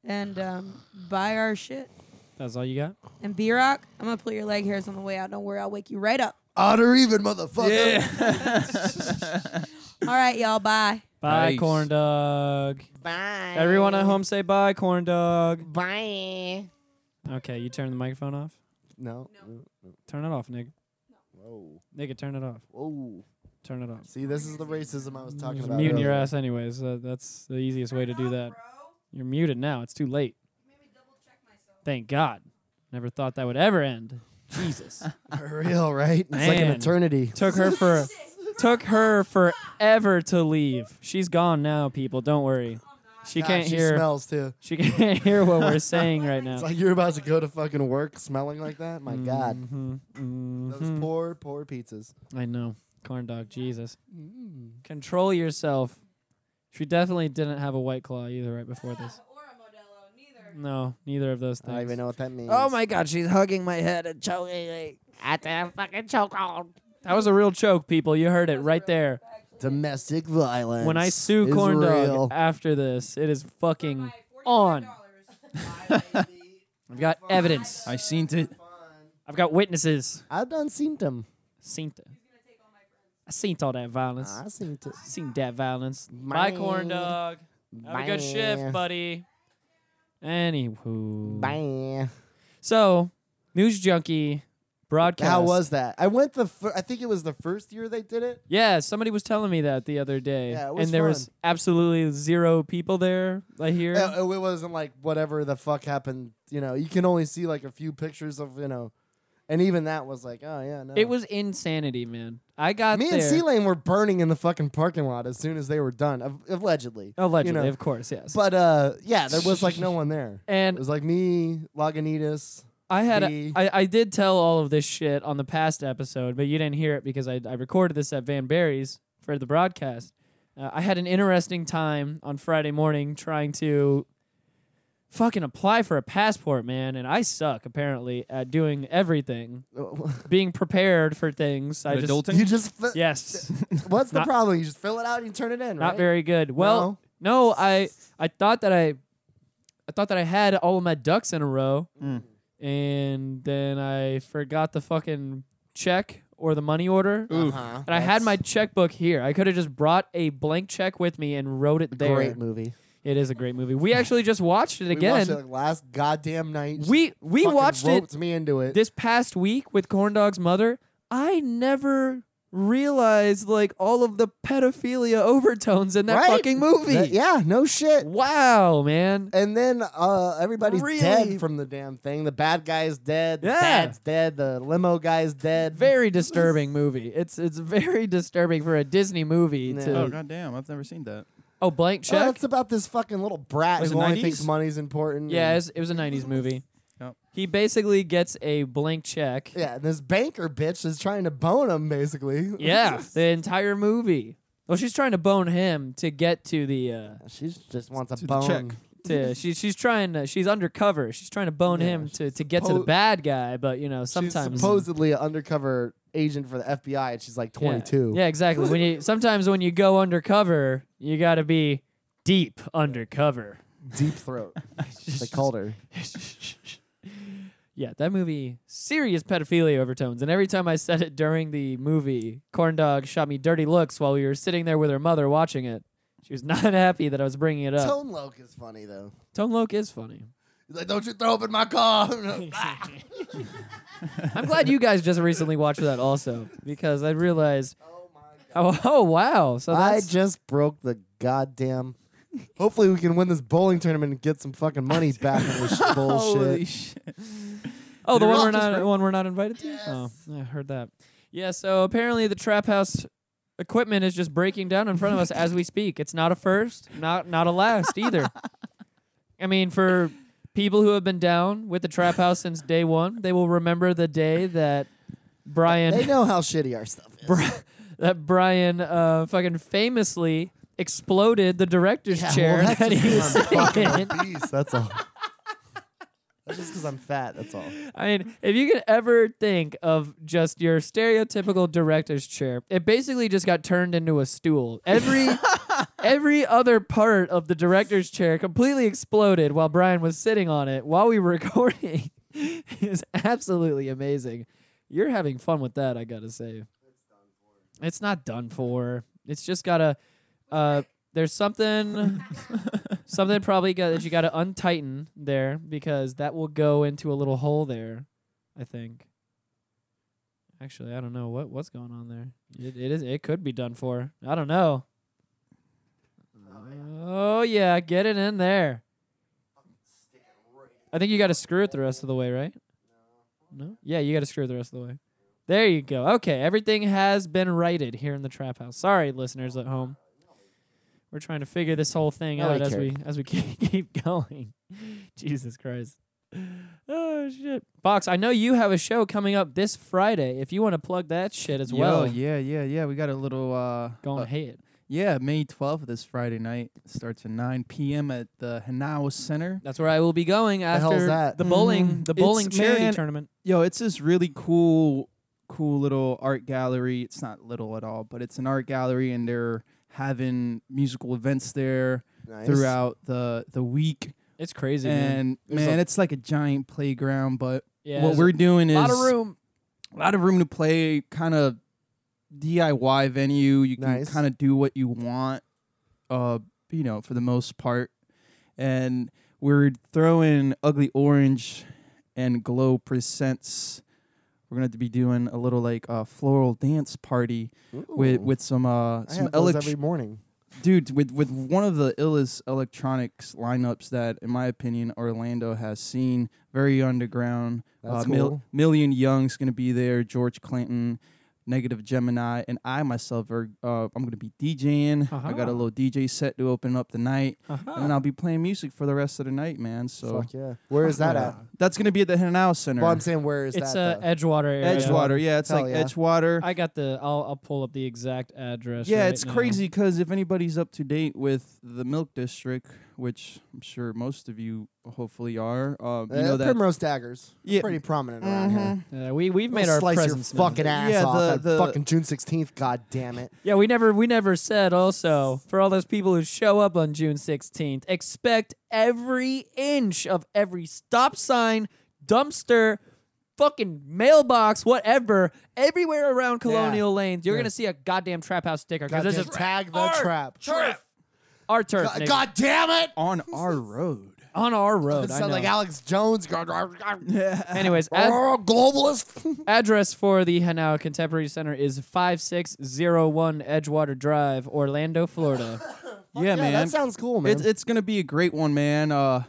S4: and um, buy our shit
S1: That's all you got.
S4: and B Rock. I'm gonna pull your leg hairs on the way out. Don't worry, I'll wake you right up.
S5: Odd or even, motherfucker.
S4: All right, y'all. Bye.
S1: Bye,
S6: Nice.
S1: corn dog.
S5: Bye.
S1: Everyone at home, say bye, corn dog.
S5: Bye.
S1: Okay, you turn the microphone off.
S5: No.
S1: Turn it off, nigga.
S5: Whoa.
S1: Nigga, turn it off.
S5: Whoa.
S1: Turn it off.
S5: See, this is the racism I was talking
S1: Just
S5: about.
S1: muting your
S5: earlier.
S1: ass, anyways. Uh, that's the easiest way to do that. You're muted now. It's too late. Thank God. Never thought that would ever end.
S5: (laughs)
S1: Jesus.
S5: For real, right? It's like an
S1: Man.
S5: eternity.
S1: took her for took her forever to leave. She's gone now, people. Don't worry. She
S5: God,
S1: can't
S5: she
S1: hear.
S5: smells too.
S1: She can't (laughs) hear what we're saying
S5: (laughs)
S1: right now.
S5: It's like you're about to go to fucking work smelling like that. My God.
S1: Mhm, mhm.
S5: Those poor, poor pizzas.
S1: I know. Corn dog, Jesus.
S5: Mm-hmm.
S1: Control yourself. She definitely didn't have a white claw either right before this. No, neither of those
S5: I
S1: things.
S5: don't even know what that means.
S1: Oh my (laughs) god, she's hugging my head and choking me. That was a real choke, people. You heard it right there.
S5: Domestic violence.
S1: When I sue
S5: is
S1: corn
S5: real.
S1: dog after this, it is fucking on. I've got evidence.
S6: (laughs) I seen it.
S1: I've got witnesses.
S5: I've done seen them.
S1: Seen th- I seen all that violence.
S5: I seen it.
S1: Seen that violence. Bye, corn
S5: Bye.
S1: dog. Have a good shift, buddy. Anywho.
S5: Bye.
S1: So, News Junkie broadcast.
S5: How was that? I went the. Fir- I think it was the first year they did it.
S1: Yeah, somebody was telling me that the other day.
S5: Yeah, it was
S1: and there was
S5: fun.
S1: absolutely zero people there, I hear.
S5: Uh, It, wasn't like whatever the fuck happened. You know, you can only see like a few pictures of you know, and even that was like, oh yeah, no.
S1: It was insanity, man. I got
S5: Me
S1: there.
S5: and C Lane were burning in the fucking parking lot as soon as they were done, av- allegedly.
S1: Allegedly,
S5: you know.
S1: of course, yes.
S5: But uh, yeah, there was like no one there. It
S1: (laughs) and
S5: was like me, Lagunitas. (laughs)
S1: I had a,
S5: The-
S1: I, I did tell all of this shit on the past episode, but you didn't hear it because I, I recorded this at Van Barry's for the broadcast. Uh, I had an interesting time on Friday morning trying to fucking apply for a passport, man, and I suck apparently at doing everything, being prepared for things. I just
S6: Adulting?
S5: You just fi-
S1: yes,
S6: (laughs)
S5: What's the
S1: Not-
S5: problem? You just fill it out and you turn it in, (laughs) right?
S1: not very good. Well, no, I I thought that I I thought that I had all of my ducks in a row,
S6: Mm.
S1: and then I forgot the fucking check or the money order.
S5: Uh-huh.
S1: And I had my checkbook here. I could have just brought a blank check with me and wrote it there.
S5: Great movie.
S1: It is a great movie. We actually just watched it again.
S5: we watched it like last goddamn night.
S1: we we
S5: Fucking
S1: watched it
S5: roped me into
S1: (laughs)
S5: it.
S1: this past week with Corndog's mother, I never realized like all of the pedophilia overtones in that
S5: Right?
S1: fucking movie.
S5: That- yeah, no shit.
S1: Wow, man.
S5: And then uh, everybody's
S1: Really?
S5: dead from the damn thing. The bad guy's dead. The
S1: Yeah.
S5: dad's dead. The limo guy's dead. Oh,
S1: Very disturbing movie. It's it's very disturbing for a Disney movie
S5: Yeah.
S1: to
S6: Oh
S1: Oh,
S6: goddamn! I've never seen that.
S1: blank
S5: Oh,
S1: check.
S5: it's about this fucking little brat
S6: Was
S5: who
S6: it
S5: only
S6: 90s?
S5: thinks money's important.
S1: yeah, it
S5: and-
S1: was, it was a 90s movie.
S6: Yep.
S1: He basically gets a blank check.
S5: yeah. And this banker bitch is trying to bone him basically. (laughs)
S1: Yeah, the entire movie. Well, she's trying to bone him to get to the uh
S5: she just wants a
S6: To the
S5: bone.
S6: check.
S1: to she, she's trying to she's undercover. She's trying to bone
S5: Yeah,
S1: him to
S5: she's
S1: to get to the
S5: suppo-
S1: bad guy, but you know,
S5: She's
S1: sometimes
S5: supposedly an undercover agent for the FBI, and she's like
S1: Yeah.
S5: 22.
S1: Yeah, exactly. When you sometimes when you go undercover, you got to be deep undercover.
S5: Deep
S1: (laughs)
S5: throat. they called her.
S1: Yeah, that movie serious pedophilia overtones. And every time I said it during the movie, Corndog shot me dirty looks while we were sitting there with her mother (laughs) watching it. She was not happy that I was bringing it up.
S5: Tone Loc is funny though.
S1: Tone Loc is funny.
S5: He's like, don't you throw up in my car. (laughs)
S1: I'm glad you guys just recently watched that also because I realized. Oh, oh wow! So
S5: I
S1: that's
S5: just broke the goddamn. (laughs) Hopefully, we can win this bowling tournament and get some fucking money back on this
S6: Holy
S5: bullshit.
S6: shit.
S1: oh the
S6: Did
S1: one
S6: it
S1: we're
S6: rock just
S1: not
S6: right?
S1: the one we're not invited to. Oh, I heard that. Yeah. So apparently the trap house equipment is just breaking down in front of us as we speak. It's not a first, not not a last either. I mean, for people who have been down with the trap house since day one, they will remember the day that Brian
S5: They know how shitty our stuff is.
S1: Bri- that Brian uh, fucking famously exploded the director's
S5: Yeah, well,
S1: chair (laughs)
S5: that's
S1: that
S5: just
S1: he
S5: 'cause I'm
S1: was (laughs)
S5: fucking
S1: in.
S5: obese, That's all. That's just because I'm fat. That's all.
S1: I mean, if you could ever think of just your stereotypical director's chair, it basically just got turned into a stool. Every every other part of the director's chair completely exploded while Brian was sitting on it while we were (laughs) recording. it was absolutely amazing. You're having fun with that, I gotta say. It's not done for. It's just gotta. Uh, there's something, something probably got, that you gotta untighten there because that will go into a little hole there. I think. Actually, I don't know what what's going on there. It, it is. It could be done for. I don't know. Oh yeah, get it in there. I think you got to screw it the rest of the way, right? No. Yeah, you got to screw it the rest of the way. There you go. Okay, everything has been righted here in the trap house. Sorry, listeners at home. We're trying to figure this whole thing out
S5: Nobody
S1: as we as we (laughs) keep keep going. (laughs) Jesus Christ. Oh shit. Box, I know you have a show coming up this Friday. If you want to plug that shit as
S6: Yo,
S1: well,
S6: yeah, yeah, yeah. We got a little uh
S1: go
S6: uh,
S1: and hate it.
S6: Yeah, May 12th this Friday night starts at 9 p.m. at the Hanao Center.
S1: That's where I will be going
S5: hell is
S1: after
S5: that?
S1: the bowling the
S6: Mm-hmm. It's-
S1: bowling charity
S6: man,
S1: tournament.
S6: Yo, it's this really cool cool little art gallery. It's not little at all, but it's an art gallery and they're having musical events there
S5: Nice.
S6: throughout the the week.
S1: It's crazy. man.
S6: And
S5: There's
S6: man,
S5: a-
S6: it's like a giant playground, but
S1: Yeah,
S6: what
S1: there's
S6: we're doing
S1: a
S6: is
S1: lot of room.
S6: a lot of room to play, kind of DIY venue. You can
S5: Nice.
S6: kind of do what you want, uh, you know, for the most part. And we're throwing Ugly Orange and Glow Presents. We're gonna be doing a little like uh, floral dance party with
S5: Ooh.
S6: with some uh
S5: I
S6: some
S5: have those
S6: elect-
S5: every morning.
S6: dude with with one of the illest electronics lineups that in my opinion orlando has seen very underground
S5: That's
S6: uh, Mil-
S5: cool.
S6: million young's gonna be there george clinton negative gemini and i myself are uh, i'm gonna be djing i got
S1: Uh-huh.
S6: a little dj set to open up the night and then i'll be playing music for the rest of the night man so
S5: Uh-huh. Fuck yeah. Where is that at?
S6: that's gonna be at the hanau center
S5: Well, I'm saying where is
S1: It's
S5: that?
S1: uh, Edgewater area.
S6: edgewater yeah it's
S5: Hell
S6: like
S5: yeah.
S6: edgewater
S1: I got the. I'll I'll pull up the exact address.
S6: Yeah,
S1: right
S6: it's
S1: now.
S6: crazy because if anybody's up to date with the Milk District, which I'm sure most of you hopefully are, um,
S5: though?
S6: you know
S5: Uh,
S6: that.
S5: Primrose Daggers.
S6: Yeah.
S5: Pretty prominent around here.
S1: Yeah, Uh, we we've made
S5: They'll
S1: our
S5: slice your
S1: presence known.
S5: fucking ass
S6: Yeah,
S5: off
S6: the-
S5: at
S6: the-
S5: fucking June 16th. God damn it.
S1: Yeah, we never we never said also for all those people who show up on June 16th, expect every inch of every stop sign, dumpster, fucking mailbox, whatever, everywhere around Colonial Lanes, you're going to see a goddamn trap house sticker cuz this
S5: Goddamn
S1: is
S5: tag the
S1: our
S5: trap.
S1: turf. Our turf,
S5: God,
S1: nigga.
S5: God damn it. Oh,
S6: on our road.
S1: on our road.
S5: It
S1: I know.
S5: sounds like Alex Jones. (laughs) Globalist.
S1: Anyways, ad- Address for the Hanau Contemporary Center is 5601 Edgewater Drive, Orlando, Florida.
S6: Yeah,
S5: Yeah,
S6: man.
S5: that sounds cool, man.
S6: It's it's gonna be a great one, man. Uh,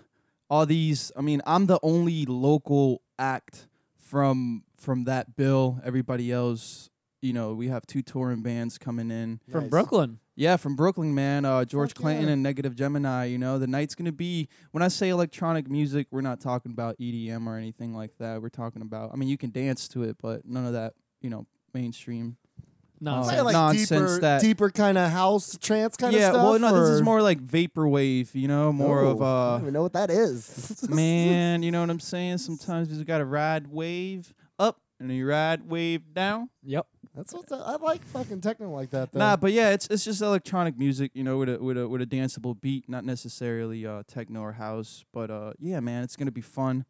S6: all these. I mean, I'm the only local act from from that bill. Everybody else, you know, we have two touring bands coming in.
S1: From
S5: Nice.
S1: Brooklyn.
S6: Yeah, from Brooklyn, man. Uh, George Clinton and Negative Gemini. You know, the night's gonna be. When I say electronic music, we're not talking about EDM or anything like that. We're talking about. I mean, you can dance to it, but none of that. You know, mainstream.
S1: No,
S6: Oh.
S5: Kinda like
S6: nonsense
S5: deeper,
S6: that-
S5: deeper kind of house trance kind of
S6: yeah.
S5: stuff.
S6: well, no, this is
S5: or- Oh.
S6: more like vaporwave. You know, more
S5: Ooh, I don't
S6: of
S5: even know what that is. (laughs)
S6: uh, (laughs) man. You know what I'm saying? Sometimes you just gotta ride wave up and then you ride wave down.
S1: yep.
S5: That's what I like. Fucking techno like that. Though.
S6: Nah, but yeah, it's it's just electronic music, you know, with a with a with a danceable beat, not necessarily uh, techno or house, but uh, yeah, man, it's gonna be fun.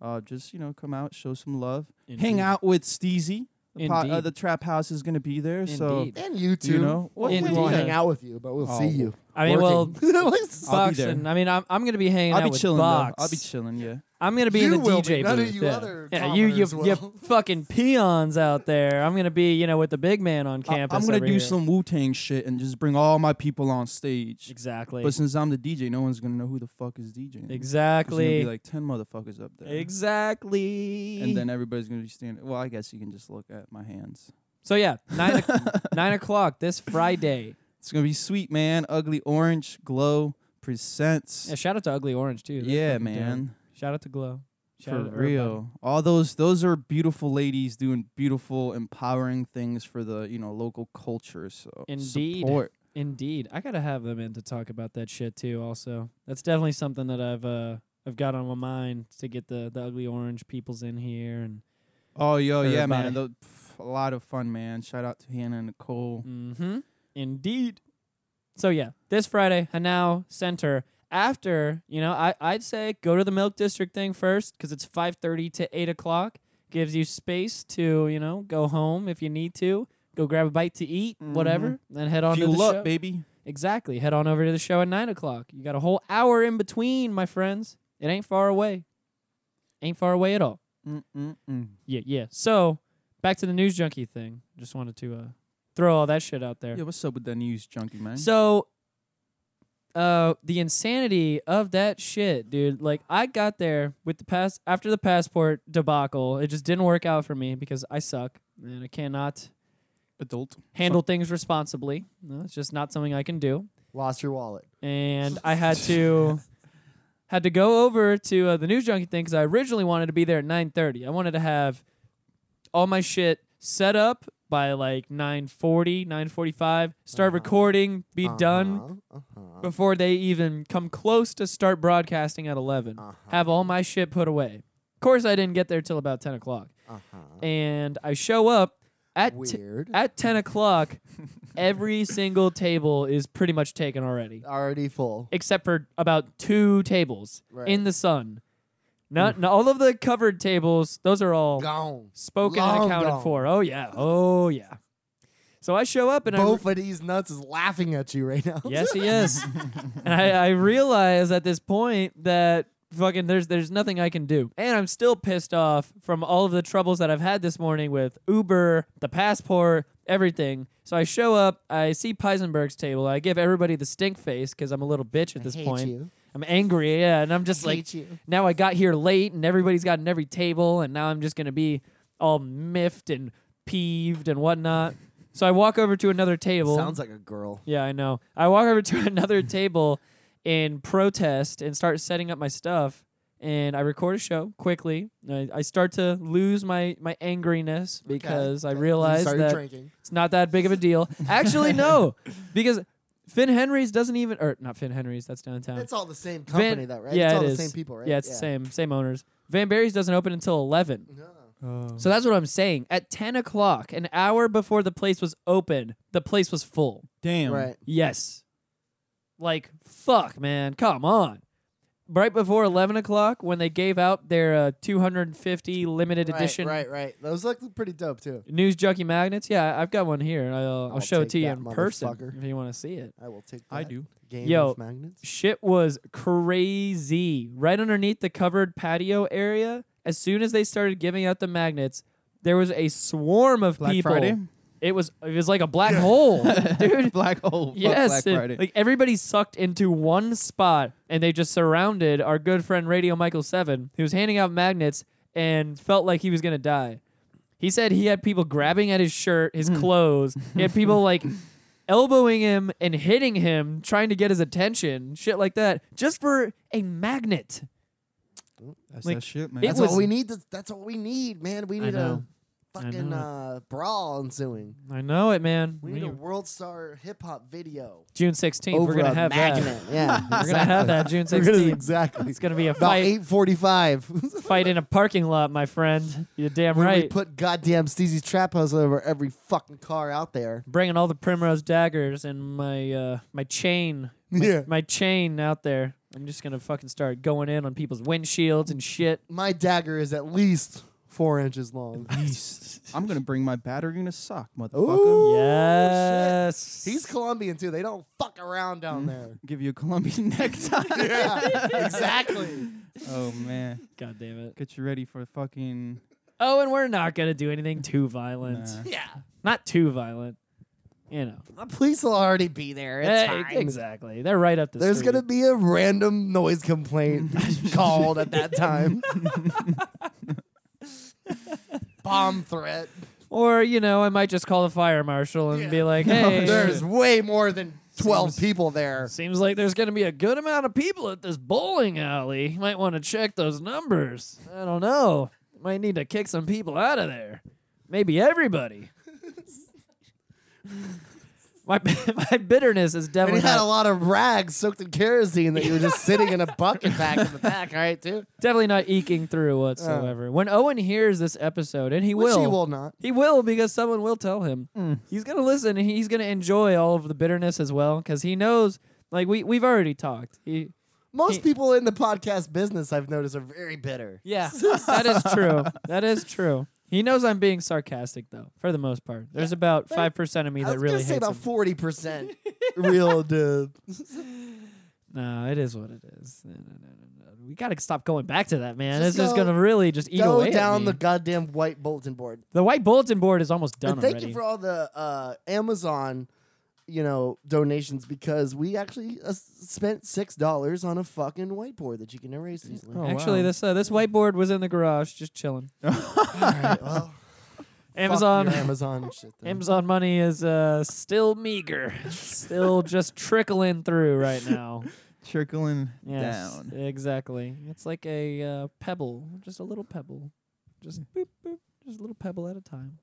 S6: Uh, just you know, come out, show some love, hang
S1: Indeed.
S6: out with Steezy. The, po- uh,
S1: Indeed.
S6: the trap house is gonna be there, so
S1: Indeed.
S5: and you too.
S6: you know,
S5: Well,
S1: Indeed.
S5: we won't hang out with you, but we'll
S6: Oh,
S5: see you.
S1: I mean, well,
S6: working.
S5: (laughs)
S6: I'll be there.
S1: boxing. I mean, I'm, I'm gonna be hanging
S6: I'll
S1: out
S6: be
S1: with
S6: chilling.
S1: Box.
S6: Though. I'll be chilling. Yeah.
S1: I'm gonna be
S5: You
S1: in the
S5: will
S1: DJ
S5: be.
S1: booth.
S5: None of you
S1: yeah.
S5: other
S1: yeah, you, you,
S5: commoners
S1: you
S5: will. (laughs)
S1: fucking peons out there. I'm gonna be, you know, with the big man on
S6: I-
S1: campus.
S6: I'm gonna
S1: over
S6: do
S1: here.
S6: some Wu Tang shit and just bring all my people on stage.
S1: exactly,
S6: But since I'm the DJ, no one's gonna know who the fuck is DJing. There's gonna
S1: exactly,
S6: be like ten motherfuckers up there.
S1: exactly.
S6: And then everybody's gonna be standing. Well, I guess you can just look at my hands.
S1: so yeah, nine
S6: (laughs)
S1: o- nine o'clock this Friday.
S6: It's gonna be sweet, man. Ugly orange glow presents.
S1: Yeah, shout out to Ugly Orange too. They're
S6: Yeah,
S1: fucking dope.
S6: man.
S1: Shout out to Glow. Shout
S6: for
S1: out to everybody.
S6: real. All those those are beautiful ladies doing beautiful, empowering things for the you know local culture. So
S1: Indeed.
S6: support.
S1: Indeed, I gotta have them in to talk about that shit too. Also, that's definitely something that I've uh I've got on my mind to get the the Ugly Orange peoples in here and.
S6: Oh yo, yeah,
S1: Everybody.
S6: man. Tho- pff, a lot of fun, man. Shout out to Hannah and Nicole.
S1: Mm-hmm. Indeed. So yeah, this Friday, Hanau Center. After you know, I I'd say go to the Milk District thing first because it's five thirty to eight o'clock. Gives you space to you know go home if you need to. Go grab a bite to eat, whatever, then head on to the
S6: Fuel
S1: show.
S6: up, baby.
S1: Exactly. Head on over to the show at nine o'clock. You got a whole hour in between, my friends. It ain't far away. Ain't far away at all.
S6: Mm-mm-mm.
S1: Yeah, yeah. So back to the news junkie thing. Just wanted to uh, throw all that shit out there.
S6: Yeah, what's up with that news junkie, man?
S1: So, uh, the insanity of that shit, dude. Like, I got there with the pass after the passport debacle. It just didn't work out for me because I suck and I cannot
S6: Adult.
S1: handle things responsibly. No, it's just not something I can do.
S5: Lost your wallet.
S1: And I had to. Had to go over to uh, the news junkie thing because I originally wanted to be there at 9:30. I wanted to have all my shit set up by like 9:40, 9:45. Start recording, be done
S5: Uh-huh, uh-huh.
S1: before they even come close to start broadcasting at 11
S5: Uh-huh.
S1: have all my shit put away of course i didn't get there till about 10 o'clock and i show up at, t-
S5: Uh-huh. Weird.
S1: at 10 o'clock every single table is pretty much taken already
S5: Already full.
S1: except for about two tables
S5: Right. Mm.
S1: in the sun not, not all of the covered tables those are all
S5: Gone.
S1: spoken and
S5: Long
S1: accounted
S5: gone.
S1: for oh yeah oh yeah so i show up and i
S5: Both of these nuts is laughing at you right now. (laughs)
S1: Yes, he is. and I, I realize at this point that fucking there's there's nothing I can do, and I'm still pissed off from all of the troubles that I've had this morning with Uber, the passport, everything. So I show up, I see Peisenberg's table, I give everybody the stink face because I'm a little bitch at this
S5: hate
S1: point.
S5: you.
S1: I'm angry, yeah, and I'm just like,
S5: hate you.
S1: now I got here late, and everybody's gotten every table, and now I'm just gonna be all miffed and peeved and whatnot. So I walk over to another table.
S5: Sounds like a girl.
S1: Yeah, I know. I walk over (laughs) to another table in protest and start setting up my stuff. And I record a show quickly. I, I start to lose my, my angriness because I realize
S5: started
S1: that
S5: drinking.
S1: it's not that big of a deal. Actually,
S5: (laughs)
S1: no, because Finn Henry's doesn't even, or not Finn Henry's, that's downtown.
S5: It's all the same
S1: Van-
S5: company, though, right?
S1: Yeah,
S5: it's
S1: it
S5: all the
S1: is.
S5: same people, right?
S1: Yeah, it's the same, same owners. Van Barry's doesn't open until 11.
S6: Oh.
S1: So that's what I'm saying. At 10 o'clock, an hour before the place was open, the place was full.
S6: Damn.
S5: Right.
S1: Yes. Like, fuck, man. Come on. Right before 11 o'clock, when they gave out their uh, 250 limited
S5: Right,
S1: edition
S5: Right, right. Those look pretty dope too.
S1: news junkie magnets, yeah, I've got one here. I'll, I'll,
S5: I'll
S1: show it
S5: take
S1: to you
S5: that
S1: in person
S5: motherfucker.
S1: if you want to see it.
S5: I will take. That.
S6: I do.
S5: Game
S1: Yo.
S5: of magnets.
S1: Shit was crazy. Right underneath the covered patio area, as soon as they started giving out the magnets, there was a swarm of
S6: Black
S1: people.
S6: Friday?
S1: It was it was like a black
S5: (laughs)
S1: hole, (laughs) dude.
S6: Black hole. fuck
S1: Yes,
S6: Black
S1: and,
S6: Friday.
S1: like everybody sucked into one spot, and they just surrounded our good friend Radio Michael Seven, who was handing out magnets and felt like he was gonna die. He said he had people grabbing at his shirt, his
S5: Hmm.
S1: clothes. He had
S5: (laughs)
S1: people like elbowing him and hitting him, trying to get his attention, shit like that, just for a magnet.
S6: That's
S1: like,
S6: that shit, man.
S1: it
S5: That's
S1: was-
S5: what we need. To, that's what we need, man. We
S1: I
S5: need a
S1: know. I
S5: fucking
S1: know
S5: uh, brawl ensuing.
S1: I know it, man.
S5: We need a world star hip hop video.
S1: June sixteenth, we're
S5: over
S1: gonna
S5: a
S1: have that. (laughs)
S5: magnet. Yeah,
S1: We're gonna have that June
S5: (laughs) We're gonna-
S1: sixteenth.
S5: exactly.
S1: It's gonna be a
S5: About
S1: fight,
S5: eight forty-five. (laughs)
S1: fight in a parking lot, my friend. You're damn
S5: When
S1: right.
S5: we put goddamn Steezy's trap house over every fucking car out there.
S1: bringing all the primrose daggers and my uh, my chain,
S5: Yeah.
S1: my chain out there. I'm just gonna fucking start going in on people's windshields and shit.
S5: My dagger is at least four inches
S1: (laughs)
S5: long.
S6: I'm gonna bring my battery in a sock, motherfucker.
S5: Ooh,
S1: Yes.
S5: shit. He's Colombian too. They don't fuck around
S1: (laughs)
S5: down there.
S6: Give you a Colombian (laughs) necktie.
S5: Yeah, exactly.
S6: Oh man,
S1: God damn it.
S6: get you ready for fucking.
S1: Oh, and we're not gonna do anything too violent.
S6: Nah.
S1: Yeah. Not too violent. You know.
S5: The police will already be there. It's
S1: Eh,
S5: fine.
S1: Exactly. They're right up the
S5: There's
S1: street.
S5: gonna be a random noise
S1: (laughs)
S5: complaint called at that time. Bomb threat.
S1: Or, you know, I might just call the fire marshal and be
S5: (laughs)
S1: like, hey,
S5: There's way more than twelve people there.
S1: seems like there's going to be a good amount of people at this bowling alley. You might want to check those numbers. I don't know. Might need to kick some people out of there. Maybe
S5: (laughs)
S1: everybody. my, (laughs) my bitterness is
S5: And he
S1: definitely
S5: had a
S1: not,
S5: lot of rags soaked in kerosene that you were just sitting in a bucket
S1: (laughs)
S5: back in the back, right, dude?
S1: definitely not eking through whatsoever. when Owen hears this episode, and he
S5: Uh. Which
S1: will,
S5: he will Hmm. not.
S1: He will because someone will tell him. He's gonna listen and he's gonna enjoy all of the bitterness as well because he knows. Like we we've already talked. He,
S5: Most people in the podcast business, I've noticed, are very bitter. (laughs)
S1: yeah, that is true. That is true. He knows I'm being sarcastic though, for the most part. There's about five percent of me
S5: I was
S1: that really
S5: gonna say
S1: hates
S5: about
S1: him. (laughs)
S5: forty percent real dude.
S1: No, it is what it is. No, no, no, no, no. We gotta stop going back to that, man.
S5: Just
S1: it's just
S5: go-
S1: gonna really just eat
S5: Go
S1: away at
S5: down
S1: me.
S5: the goddamn white bulletin board.
S1: the white bulletin board is almost done
S5: And thank
S1: already.
S5: you for all the uh, Amazon, you know, donations because we actually uh, s- spent six dollars on a fucking whiteboard that you can erase easily.
S6: Oh,
S1: Actually,
S6: wow.
S1: this uh, this whiteboard was in the garage, just chilling.
S5: All right,
S1: (laughs)
S5: well,
S1: Amazon,
S5: fuck your Amazon shit.
S1: (laughs)
S5: Then.
S1: Amazon money is uh, still
S5: (laughs)
S1: meager, still just trickling through right now.
S6: Trickling
S1: Yes,
S6: down.
S1: exactly. It's like a uh, pebble, just a little pebble, just
S6: Hmm.
S1: boop boop, just a little pebble at a time,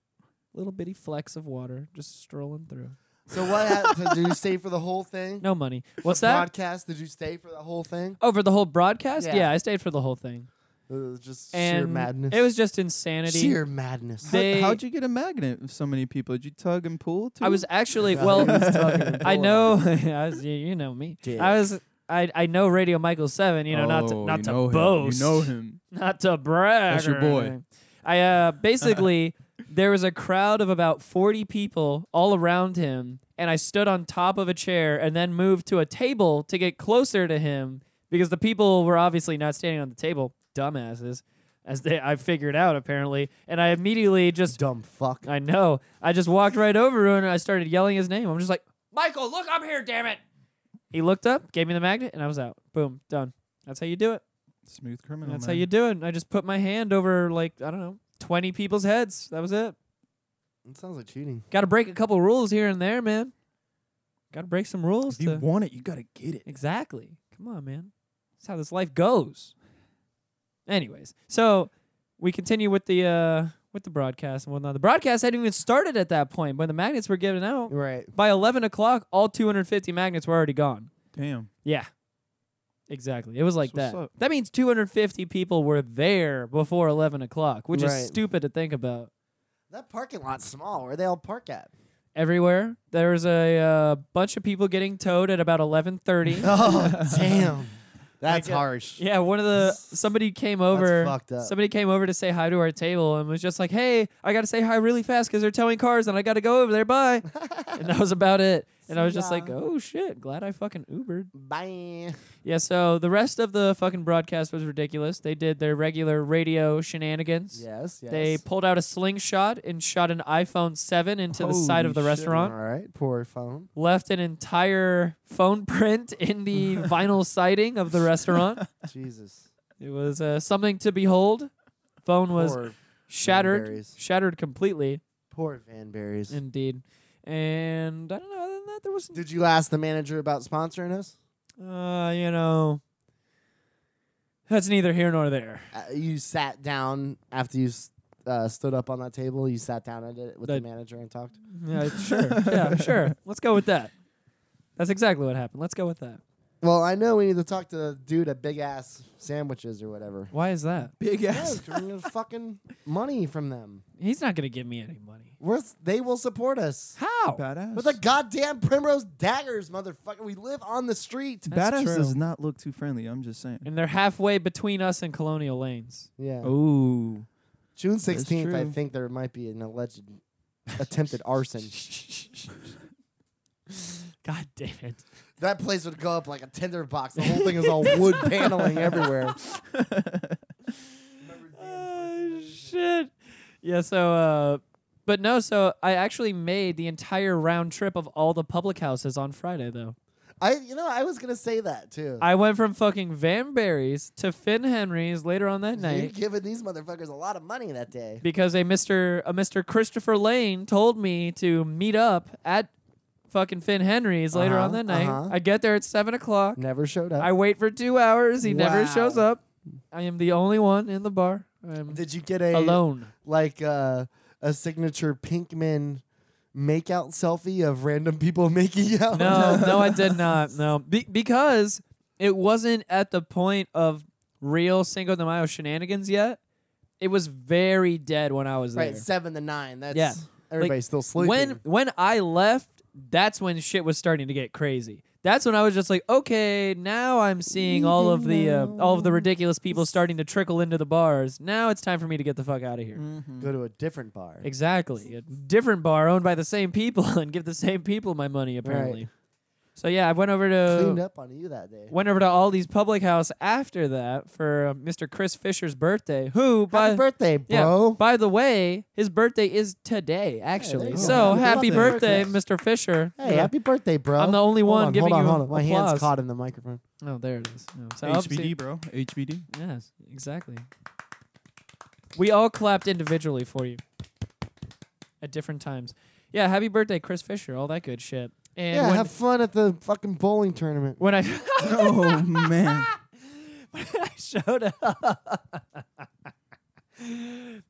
S1: little bitty flecks of water just strolling through.
S5: so what happened? Did you stay for the whole thing?
S1: No
S6: (laughs)
S1: money. What's
S5: the
S1: that?
S5: broadcast? Did you stay for the whole thing?
S1: Oh, for the whole broadcast? Yeah.
S5: Yeah.
S1: I stayed for the whole thing,
S5: It was just
S1: and
S5: sheer madness.
S1: it was just insanity.
S5: sheer madness.
S1: They-
S6: How, would you get a magnet with so many people? Did you tug and pull? Too?
S1: I was actually
S5: Yeah,
S1: well.
S5: he
S6: (laughs)
S5: was tugging and
S1: (laughs) I
S5: pulling
S1: know. I was, you, you know me. I was. I, I know Radio Michael Seven. You know not to,
S6: Oh,
S1: not
S6: you
S1: to
S6: know him.
S1: boast.
S6: You
S1: (laughs)
S6: know him.
S1: not to brag.
S6: That's your
S1: or
S6: boy.
S1: anything. I uh, basically there was a crowd of about forty people all around him, and I stood on top of a chair and then moved to a table to get closer to him because the people were obviously not standing on the table, dumbasses, as they I figured out apparently, and I immediately just
S5: Dumb fuck.
S1: I know I just walked right over to him and I started yelling his name. I'm just like Michael, look, I'm here, damn it. He looked up, gave me the magnet, and I was out. Boom, done. That's how you do it.
S6: Smooth criminal.
S1: That's how
S6: Oh, man.
S1: you do it. I just put my hand over like I don't know, twenty people's heads. That was it.
S5: It sounds like cheating.
S1: Got to break a couple rules here and there, man. Got to break some rules.
S6: If you
S1: to-
S6: want it, you gotta get it.
S1: exactly. Come on, man. That's how this life goes. Anyways, so we continue with the uh with the broadcast and whatnot. The broadcast hadn't even started at that point, but the magnets were given out.
S5: Right.
S1: By eleven o'clock, all two hundred fifty magnets were already gone.
S6: Damn.
S1: Yeah. Exactly. It was like
S6: That's
S1: that.
S6: what's up.
S1: That means 250 people were there before 11 o'clock, which
S5: Right.
S1: is stupid to think about.
S5: That parking lot's small. Where they all park at?
S1: Everywhere there was a uh, bunch of people getting towed at about 11:30.
S5: (laughs) Oh (laughs) damn, uh, that's
S1: get-
S5: harsh.
S1: yeah, one of the somebody came over.
S5: fucked up.
S1: Somebody came over to say hi to our table and was just like, "Hey, I got to say hi really fast because they're towing cars and I got to go over there. Bye." and that was about it. And I was just
S5: ya.
S1: like, "Oh shit! Glad I fucking Ubered."
S5: Bye.
S1: Yeah, so the rest of the fucking broadcast was ridiculous. They did their regular radio shenanigans.
S5: Yes, yes.
S1: They pulled out a slingshot and shot an iPhone 7 into the side of the
S6: Holy shit.
S1: restaurant,
S5: All right, poor phone.
S1: left an entire phone print in
S6: (laughs)
S1: the vinyl siding of the restaurant.
S5: (laughs) Jesus.
S1: It was uh, something to behold. Phone was
S5: poor,
S1: shattered,
S5: Vanberries.
S1: shattered completely,
S5: poor Vanberries.
S1: indeed. And I don't know, other than that, there was,
S5: Did you ask the manager about sponsoring us?
S1: uh, you know, that's neither here nor there.
S5: Uh, you sat down after you s- uh, stood up on that table. You sat down and did it with
S1: I-
S5: the manager and talked.
S1: Yeah, sure. yeah, sure. Let's go with that. That's exactly what happened. Let's go with that.
S5: Well, I know we need to talk to the dude at Big Ass Sandwiches or (laughs) whatever.
S1: Why is that?
S6: Big
S5: Yeah,
S6: ass.
S5: 'cause we're gonna fucking money from them.
S1: He's not going to give me any money.
S5: We're s- they will support us.
S1: How?
S6: Badass.
S5: With the goddamn primrose daggers, motherfucker. We live on the street.
S1: That's
S6: Badass
S1: true.
S6: does not look too friendly. I'm just saying.
S1: And they're halfway between us and Colonial Lanes.
S5: Yeah.
S6: Oh,
S5: June
S6: That's
S5: sixteenth, I
S6: true.
S5: think there might be an alleged attempted
S1: (laughs)
S5: arson.
S1: God damn it.
S5: That place would go up like a tinder box. The
S1: (laughs)
S5: whole thing is all wood paneling everywhere.
S1: Mm-hmm. Oh shit. Yeah, so uh but no, so I actually made the entire round trip of all the public houses on Friday though.
S5: I, you know, I was gonna say that too.
S1: I went from fucking Van Berry's to Finn Henry's later on that
S5: You're
S1: night
S5: giving these motherfuckers a lot of money that day.
S1: because a Mr. a Mr. Christopher Lane told me to meet up at fucking Finn Henry's later on
S5: Uh-huh,
S1: that night.
S5: uh-huh.
S1: I get there at seven o'clock.
S5: Never showed up.
S1: I wait for two hours. He never
S5: Wow.
S1: shows up. I am the only one in the bar. I'm
S5: Did you get a
S1: alone.
S5: like uh, a signature Pinkman makeout selfie of random people (laughs) making out? (laughs)
S1: No, no, I did not. No, Be- because it wasn't at the point of real Cinco de Mayo shenanigans yet. It was very dead when I was
S5: right,
S1: there.
S5: seven to nine. That's
S1: Yeah,
S5: everybody's still sleeping.
S1: When when I left, that's when shit was starting to get crazy. That's when I was just like, okay, now I'm seeing all of the uh, all of the ridiculous people starting to trickle into the bars. Now it's time for me to get the fuck out of here.
S5: go to a different bar.
S1: Exactly. A different bar owned by the same people (laughs) and give the same people my money apparently. So yeah, I went over to
S5: Cleaned up on you that day.
S1: went over to Aldi's Public House after that for uh, Mr. Chris Fisher's birthday. Who by
S5: Happy birthday,
S1: yeah,
S5: bro.
S1: by the way, his birthday is today actually.
S5: you go.
S1: so
S5: Happy
S1: happy
S5: birthday.
S1: birthday, Mr. Fisher.
S5: Hey, happy birthday, bro.
S1: I'm the only
S5: Hold
S1: one
S5: on,
S1: giving
S5: hold on,
S1: you
S5: hold on. My hand's
S1: applause.
S5: caught in the microphone.
S1: Oh, there it is. Yeah, So
S6: HBD,
S1: obviously-
S6: bro. HBD.
S1: (laughs) Yes, exactly. We all clapped individually for you at different times. Yeah, happy birthday, Chris Fisher. All that good shit. And
S5: yeah,
S1: when,
S5: have fun at the fucking bowling tournament.
S1: when I (laughs)
S6: oh man.
S1: I showed up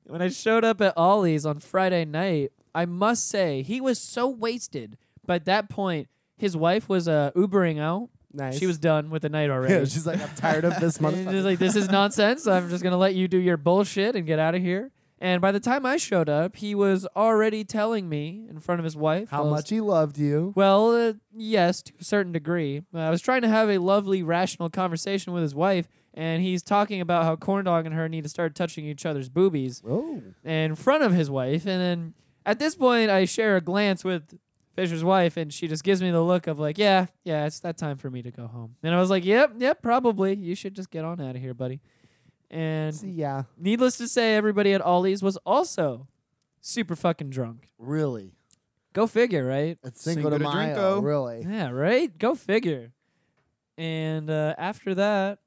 S1: when I showed up at Ollie's on Friday night, I must say he was so wasted. By that point, his wife was uh, Ubering out.
S5: Nice. (laughs)
S1: She was done with the night already.
S5: Yeah, she's like, I'm tired of
S1: (laughs)
S5: this
S1: And
S5: motherfucker.
S1: just like this is nonsense. I'm just gonna let you do your bullshit and get out of here. And by the time I showed up, he was already telling me in front of his wife
S5: How
S1: while I was
S5: much he loved you.
S1: well, uh, yes, to a certain degree. Uh, I was trying to have a lovely, rational conversation with his wife, and he's talking about how Corn Dog and her need to start touching each other's boobies
S5: Oh,
S1: in front of his wife. And then at this point, I share a glance with Fisher's wife, and she just gives me the look of like, yeah, yeah, it's that time for me to go home. And I was like, yep, yep, probably. You should just get on out of here, buddy. And
S5: see, yeah,
S1: needless to say, everybody at Ollie's was also super fucking drunk.
S5: really.
S1: Go figure, right?
S5: It's Cinco, de
S6: Cinco de
S5: Mayo,
S6: Drinko.
S5: really.
S1: Yeah, right? Go figure. And uh, after that,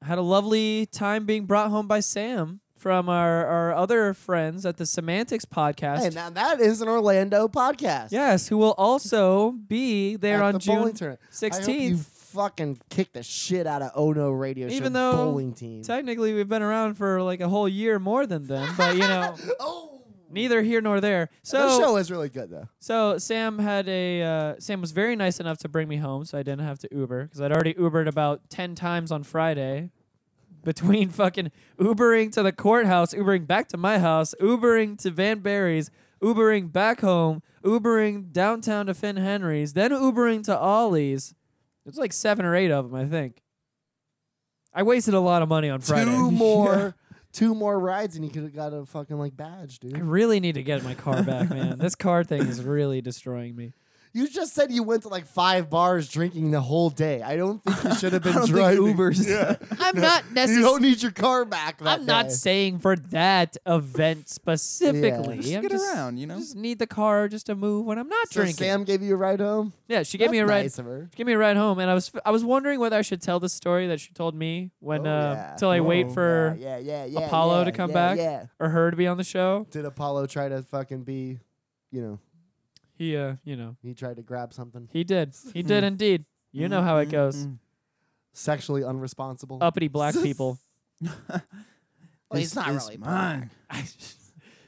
S1: had a lovely time being brought home by Sam from our, our other friends at the Semantics podcast.
S5: Hey, now that is an Orlando podcast.
S1: yes, who will also be there
S5: At
S1: on
S5: the
S1: June
S5: bowling tournament. I hope you
S1: 16th.
S5: fucking kick the shit out of Oh No Radio Show
S1: Even though
S5: bowling team. (gasps)
S1: Technically, we've been around for like a whole year more than them, but you
S5: (laughs)
S1: know,
S5: oh,
S1: neither here nor there.
S5: the
S1: So
S5: show is really good though.
S1: So Sam had a uh, Sam was very nice enough to bring me home, so I didn't have to Uber because I'd already Ubered about ten times on Friday, between (laughs) fucking Ubering to the courthouse, Ubering back to my house, Ubering to Van Barry's, Ubering back home, Ubering downtown to Finn Henry's, then Ubering to Ollie's. It's like seven or eight of them, I think. I wasted a lot of money on Friday. (laughs)
S5: Two more, two more rides, and you could have got a fucking like badge,
S1: I
S5: dude.
S1: really need to get my car back, man. This car thing is really destroying me.
S5: You just said you went to like five bars drinking the whole day. I don't think you should
S1: (laughs)
S5: have been
S6: I don't
S5: driving. (laughs)
S6: think Ubers. (laughs)
S1: I'm not
S5: You
S1: necessarily
S5: don't need your car back. That
S1: I'm not
S5: day.
S1: saying for that event specifically.
S5: Just
S6: to
S1: I'm
S6: get
S1: just-
S6: around, you know?
S1: Just need the car just to move when I'm not
S5: So
S1: drinking.
S5: Sam gave you a ride home.
S1: yeah, she gave me a
S5: That's
S1: ride.
S5: nice of her.
S1: She gave me a ride home, and I was I was wondering whether I should tell the story that she told me when
S5: Oh,
S1: uh,
S5: yeah.
S1: till I wait
S6: Oh,
S1: for
S5: yeah, yeah, yeah, yeah,
S1: Apollo
S5: yeah,
S1: to come
S5: yeah,
S1: back?
S5: Yeah.
S1: or her to be on the show.
S5: Did Apollo try to fucking be, you know,
S1: He uh, you know,
S5: he tried to grab something
S1: he did, he did
S5: Hmm.
S1: indeed. You know how it goes.
S5: Mm-hmm. sexually unresponsible?
S1: Uppity
S5: (laughs)
S1: black people.
S5: Well, he's not
S6: is
S5: really
S6: mine.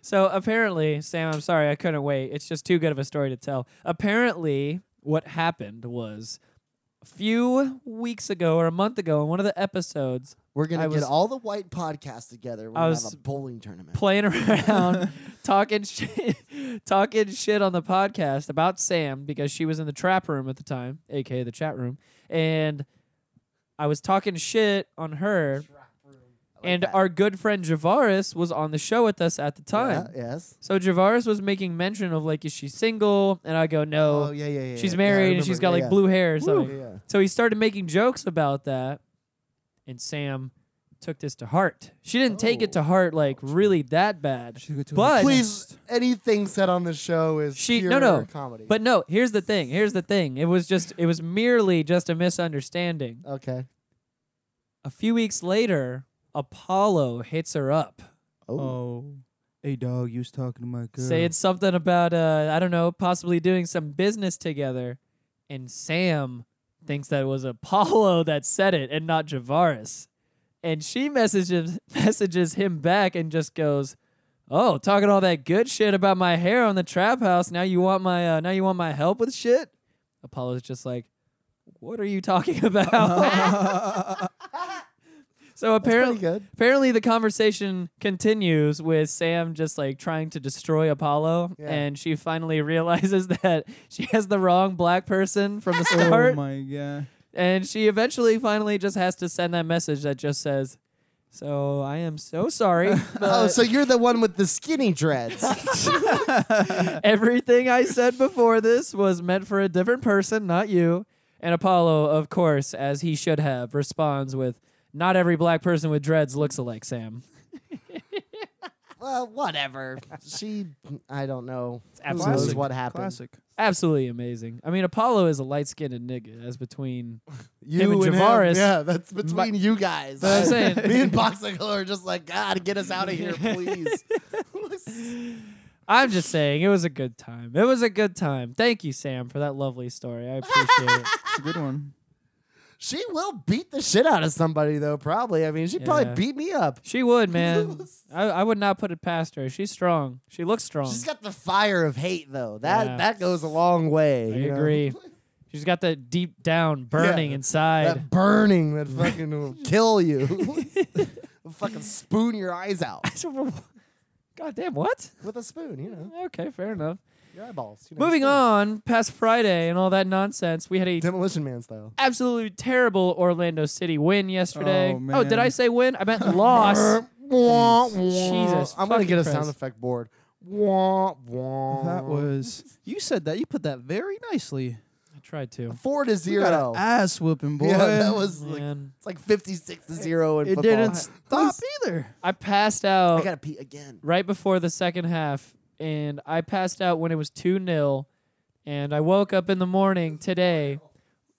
S1: So apparently, Sam, I'm sorry, I couldn't wait. It's just too good of a story to tell. Apparently, what happened was a few weeks ago or a month ago in one of the episodes,
S5: We're gonna
S1: I
S5: get
S1: was-
S5: all the white podcasts together. We're
S1: I
S5: gonna
S1: was-
S5: have a bowling tournament.
S1: playing (laughs) around, talking shit, (laughs) talking shit on the podcast about Sam because she was in the trap room at the time, aka the chat room, and I was talking shit on her. and
S5: that.
S1: our good friend Javaris was on the show with us at the time.
S5: Yeah, yes.
S1: So Javaris was making mention of like, is she single? And I go, no,
S5: oh yeah, yeah, yeah.
S1: she's
S5: yeah, I
S1: married and
S5: remember.
S1: she's got
S5: Yeah,
S1: like
S5: yeah.
S1: blue hair or
S5: Woo.
S1: something.
S5: Yeah, yeah.
S1: So he started making jokes about that, and Sam took this to heart. She didn't take
S5: Oh.
S1: it to heart like really that bad. But
S5: Please, anything said on the show is
S1: She- no,
S5: pure
S1: no.
S5: comedy.
S1: but no, here's the thing. Here's the thing. It was just it was merely just a misunderstanding.
S5: okay.
S1: A few weeks later, Apollo hits her up.
S5: Oh,
S6: Oh, hey dog, you was talking to my girl.
S1: Saying something about uh I don't know, possibly doing some business together and Sam thinks that it was Apollo (laughs) that said it and not Javaris. And she messages (laughs) messages him back and just goes, "Oh, talking all that good shit about my hair on the trap house. Now you want my uh, now you want my help with shit?" Apollo's just like, "What are you talking (laughs) about?"
S5: (laughs)
S1: so
S5: pretty
S1: apparently
S5: good.
S1: apparently the conversation continues with Sam just like trying to destroy Apollo
S5: Yeah.
S1: and she finally (laughs) realizes that she has the wrong black person from the
S5: (laughs)
S6: Oh
S1: start
S6: my god.
S1: and she eventually finally just has to send that message that just says so I am so sorry
S5: (laughs) oh,
S1: but
S5: so you're the one with the skinny dreads.
S1: (laughs) everything I said before this was meant for a different person not you and Apollo of course as he should have responds with not every black person with dreads looks alike Sam
S5: well, whatever. She, I don't know. Who
S1: absolutely
S5: knows what happened?
S6: Classic.
S1: Absolutely amazing. I mean, Apollo is a light skinned nigga, as between.
S5: You
S1: Him and
S5: him.
S1: Javaris.
S5: Yeah, that's between you guys.
S1: But
S5: (laughs)
S1: I'm saying-
S5: me and Boxicle are just like, God, get us out of
S1: (laughs)
S5: here, please.
S1: I'm just saying, it was a good time. It was a good time. Thank you, Sam, for that lovely story. I appreciate
S5: (laughs)
S1: it.
S6: It's a good one.
S5: she will beat the shit out of somebody though. Probably. I mean, she
S1: Yeah.
S5: probably beat me up.
S1: She would, man. I, I would not put it past her. She's strong. She looks strong.
S5: She's got the fire of hate though. That
S1: Yeah.
S5: that goes a long way.
S1: I
S5: you know? (laughs)
S1: agree. She's got that deep down burning
S5: uh, Yeah.
S1: inside.
S5: That burning that
S1: (laughs)
S5: fucking will kill you. (laughs) Will fucking spoon your eyes out
S1: (laughs) God damn, what?
S5: with a spoon, you know,
S1: Okay, fair enough.
S5: your eyeballs. you know,
S1: Moving
S5: spoon.
S1: on, past Friday and all that nonsense, we had a
S5: Demolition Man style.
S1: absolutely terrible Orlando City win yesterday.
S6: Oh,
S1: did
S6: man.
S1: I say win? I
S5: (laughs)
S1: meant loss. Jesus
S5: I'm gonna
S1: fucking
S5: get a
S1: Christ.
S5: sound effect board. Wah, wah.
S6: That was. You said that. You put that very nicely.
S1: I tried to.
S5: four to
S6: You got
S5: zero.
S6: an ass whooping, boy.
S5: Yeah, that was like,
S1: Man,
S5: it's like 56 to zero in
S6: It
S5: football.
S6: didn't stop either.
S1: I passed
S5: I
S1: out
S5: gotta pee again.
S1: right before the second half, and I passed out when it was 2 0. And I woke up in the morning today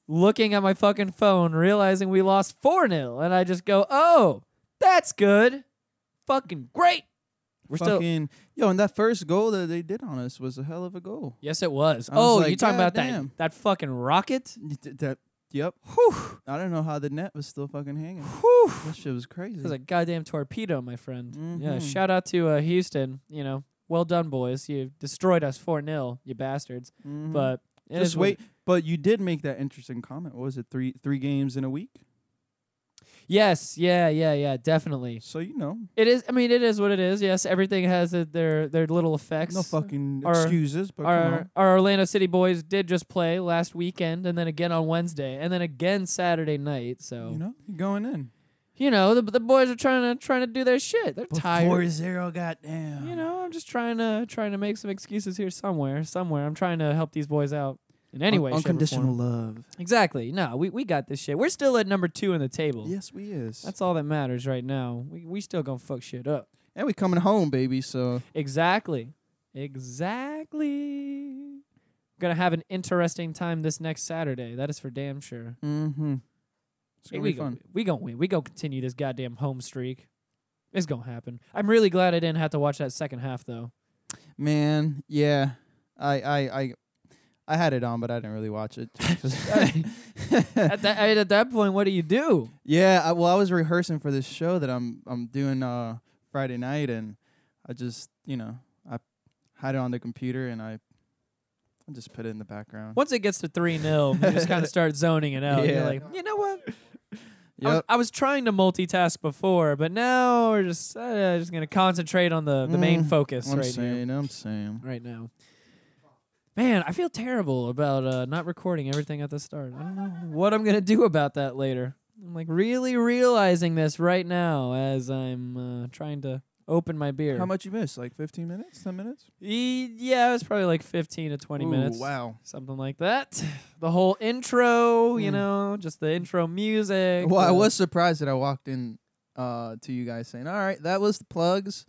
S1: looking at my fucking phone, realizing we lost 4 0. And I just go, oh, that's good. Fucking great. We're still.
S6: Fucking yo, and that first goal that they did on us was a hell of a goal.
S1: Yes, it was.
S6: I was
S1: Oh,
S6: like,
S1: you talking about
S6: "Goddamn."
S1: that that fucking rocket?
S6: Y- th- That, yep.
S1: Whew.
S6: I don't know how the net was still fucking hanging.
S1: Whew.
S6: That shit was crazy.
S1: It was a goddamn torpedo, my friend. Yeah,
S6: Mhm.
S1: shout out to uh, Houston. You know, well done, boys. You destroyed us 4 0, you bastards.
S6: Mhm.
S1: But it
S6: just
S1: is what-
S6: wait. But you did make that interesting comment. What was it? Three three games in a week.
S1: Yes, yeah, yeah, yeah, definitely.
S6: So you know,
S1: It is, I mean, it is what it is. Yes, everything has uh, their, their little effects.
S6: no fucking
S1: Our-
S6: excuses. But come
S1: Our,
S6: on.
S1: our Orlando City boys did just play last weekend and then again on Wednesday and then again Saturday night. So,
S6: you know, you're going in.
S1: you know, the, the boys are trying to trying to do their shit. They're tired.
S6: zero, goddamn.
S1: you know, I'm just trying to trying to make some excuses here somewhere, somewhere. I'm trying to help these boys out in any way, shape, or form.
S6: unconditional love.
S1: Exactly. No, we, we got this shit. We're still at number two in the table.
S6: Yes, we is.
S1: That's all that matters right now. We we still gonna fuck shit up.
S6: and we coming home, baby. So
S1: Exactly. Exactly. Gonna have an interesting time this next Saturday. That is for damn sure.
S6: mm-hmm. it's
S1: Hey,
S6: gonna
S1: we
S6: be
S1: gonna,
S6: fun.
S1: we gonna win. We gonna continue this goddamn home streak. It's gonna happen. I'm really glad I didn't have to watch that second half though.
S6: Man, yeah. I I I I had it on, but I didn't really watch
S1: (laughs)
S6: it.
S1: At that I mean, at that point, what do you do?
S6: (laughs) Yeah, I, well, I was rehearsing for this show that I'm I'm doing uh, Friday night, and I just you know I had it on the computer and I I just put it in the background.
S1: Once it gets to 3 0, you just kind of start zoning it out. You're
S6: Yeah.
S1: like, you know what? I, was,
S6: Yep.
S1: I was trying to multitask before, but now we're just uh, just gonna concentrate on the, the main
S6: Mm,
S1: focus
S6: I'm
S1: right here,
S6: saying, I'm saying.
S1: right now. Man, I feel terrible about uh, not recording everything at the start. I don't know what I'm gonna do about that later. I'm like really realizing this right now as I'm uh, trying to open my beer.
S6: How much you miss? Like 15 minutes? 10 minutes?
S1: E- yeah, it was probably like 15 to 20
S6: Ooh,
S1: minutes.
S6: Wow.
S1: Something like that. The whole intro, you
S6: Mm.
S1: know, just the intro music.
S6: Well, I
S1: the-
S6: was surprised that I walked in uh, to you guys saying, "All right, that was the plugs,"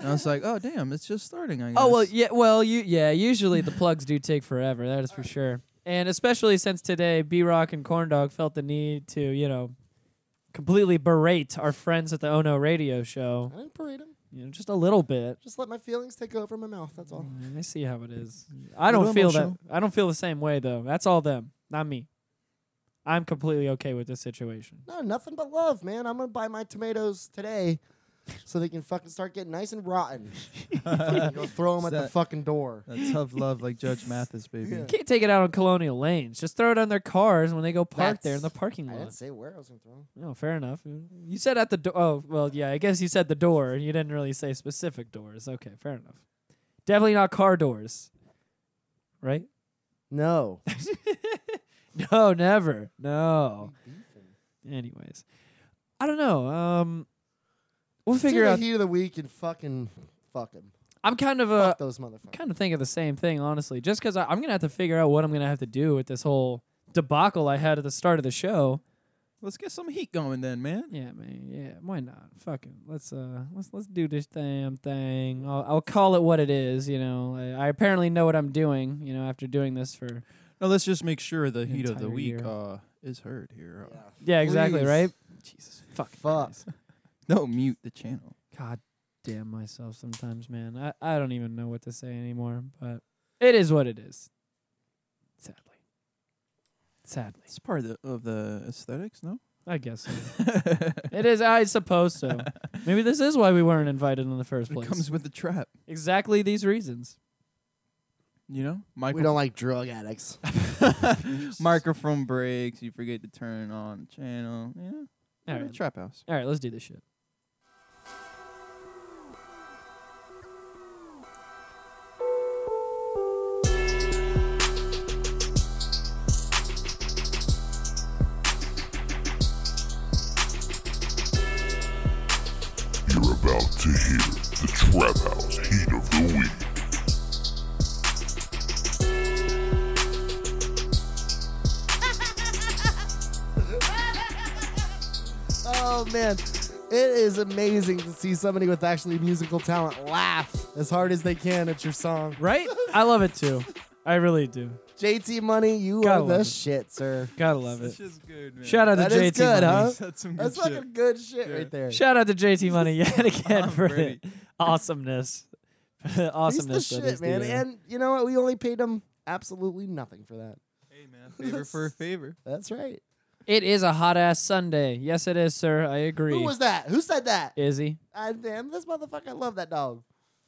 S6: and I was like, "Oh, damn, it's just starting." (laughs) I guess.
S1: Oh well, yeah. Well, you yeah. Usually the plugs do take forever. That is for sure. And especially since today, B Rock and Corndog felt the need to, you know, completely berate our friends at the Ono Radio Show.
S5: I didn't parade him.
S1: You know, just a little bit.
S5: Just let my feelings take over my mouth. That's all.
S1: Mm, I see how it is. I
S6: Little
S1: don't feel that.
S6: emotional.
S1: I don't feel the same way though. That's all them, not me. I'm completely okay with this situation.
S5: No, nothing but love, man. I'm gonna buy my tomatoes today, so they can fucking start getting nice and rotten. Fucking go throw them at the
S6: That-
S5: fucking door.
S6: (laughs) That tough love, like (laughs) Judge Mathis, baby.
S5: Yeah.
S1: Can't take it out on Colonial Lanes. Just throw it on their cars when they go park there in the
S5: That's-
S1: parking
S5: I
S1: lot.
S5: didn't say where I was gonna throw 'em.
S1: No, Oh, fair enough. You said at the door. Oh, well, yeah. I guess you said the door, and you didn't really say specific doors. Okay, fair enough. Definitely not car doors, right? (laughs)
S5: No.
S1: No, never. No. Anyways, I don't know. Um, we'll figure
S5: It's
S1: out.
S5: either heat of the week and fucking fuck him.
S1: I'm kind of a
S5: Fuck those motherfuckers.
S1: kind of think of the same thing, honestly. Just because I'm gonna have to figure out what I'm gonna have to do with this whole debacle I had at the start of the show.
S6: Let's get some heat going, then, man.
S1: Yeah, man. Yeah, why not? Fucking let's uh let's let's do this damn thing. I'll, I'll call it what it is. You know, I, I apparently know what I'm doing. You know, after doing this for
S6: No, let's just make sure the heat of the
S1: Entire
S6: week
S1: year.
S6: uh, is heard here. Uh,
S1: yeah, exactly
S5: Please.
S1: right. Jesus fuck
S5: Fuck.
S6: No, mute the channel.
S1: God damn myself sometimes, man. I I don't even know what to say anymore. But it is what it is. Sadly, sadly,
S6: It's part of the, of the aesthetics, no?
S1: I guess so.
S6: (laughs)
S1: it is. I suppose so. Maybe this is why we weren't invited in the first
S6: It
S1: place.
S6: comes with the trap,
S1: exactly these reasons.
S6: you know.
S5: We
S6: Michael,
S5: don't like drug addicts.
S6: microphone breaks. You forget to turn on the channel. Yeah,
S1: All
S6: we're in a
S1: right,
S6: trap house.
S1: all right. Let's do this shit.
S7: You're about to hear the Trap House Heat of the Week.
S5: (laughs) Oh man, it is amazing to see somebody with actually musical talent laugh as hard as they can at your song.
S1: Right? I love it too. I really do.
S5: JT Money, you
S1: Gotta
S5: are the
S1: love it.
S5: shit, sir.
S1: Gotta love it.
S6: is good, man.
S1: Shout out to
S5: That
S1: JT
S5: is
S1: Money. (laughs)
S5: good, huh?
S6: (laughs) That's some
S5: That's fucking good shit right there.
S1: Shout out to JT Money
S5: (laughs)
S1: yet again
S6: I'm
S1: for
S6: ready.
S1: the awesomeness. (laughs)
S5: He's the
S1: awesomeness. that
S5: shit,
S1: is the,
S5: man.
S1: uh,
S5: And you know what? We only paid him absolutely nothing for that.
S6: Hey, man, favor for a favor.
S5: (laughs) That's right.
S1: it is a hot ass Sunday. Yes, it is, sir. I agree.
S5: Who was that? Who said that?
S1: Izzy?
S5: I, man, this motherfucker, I love that dog.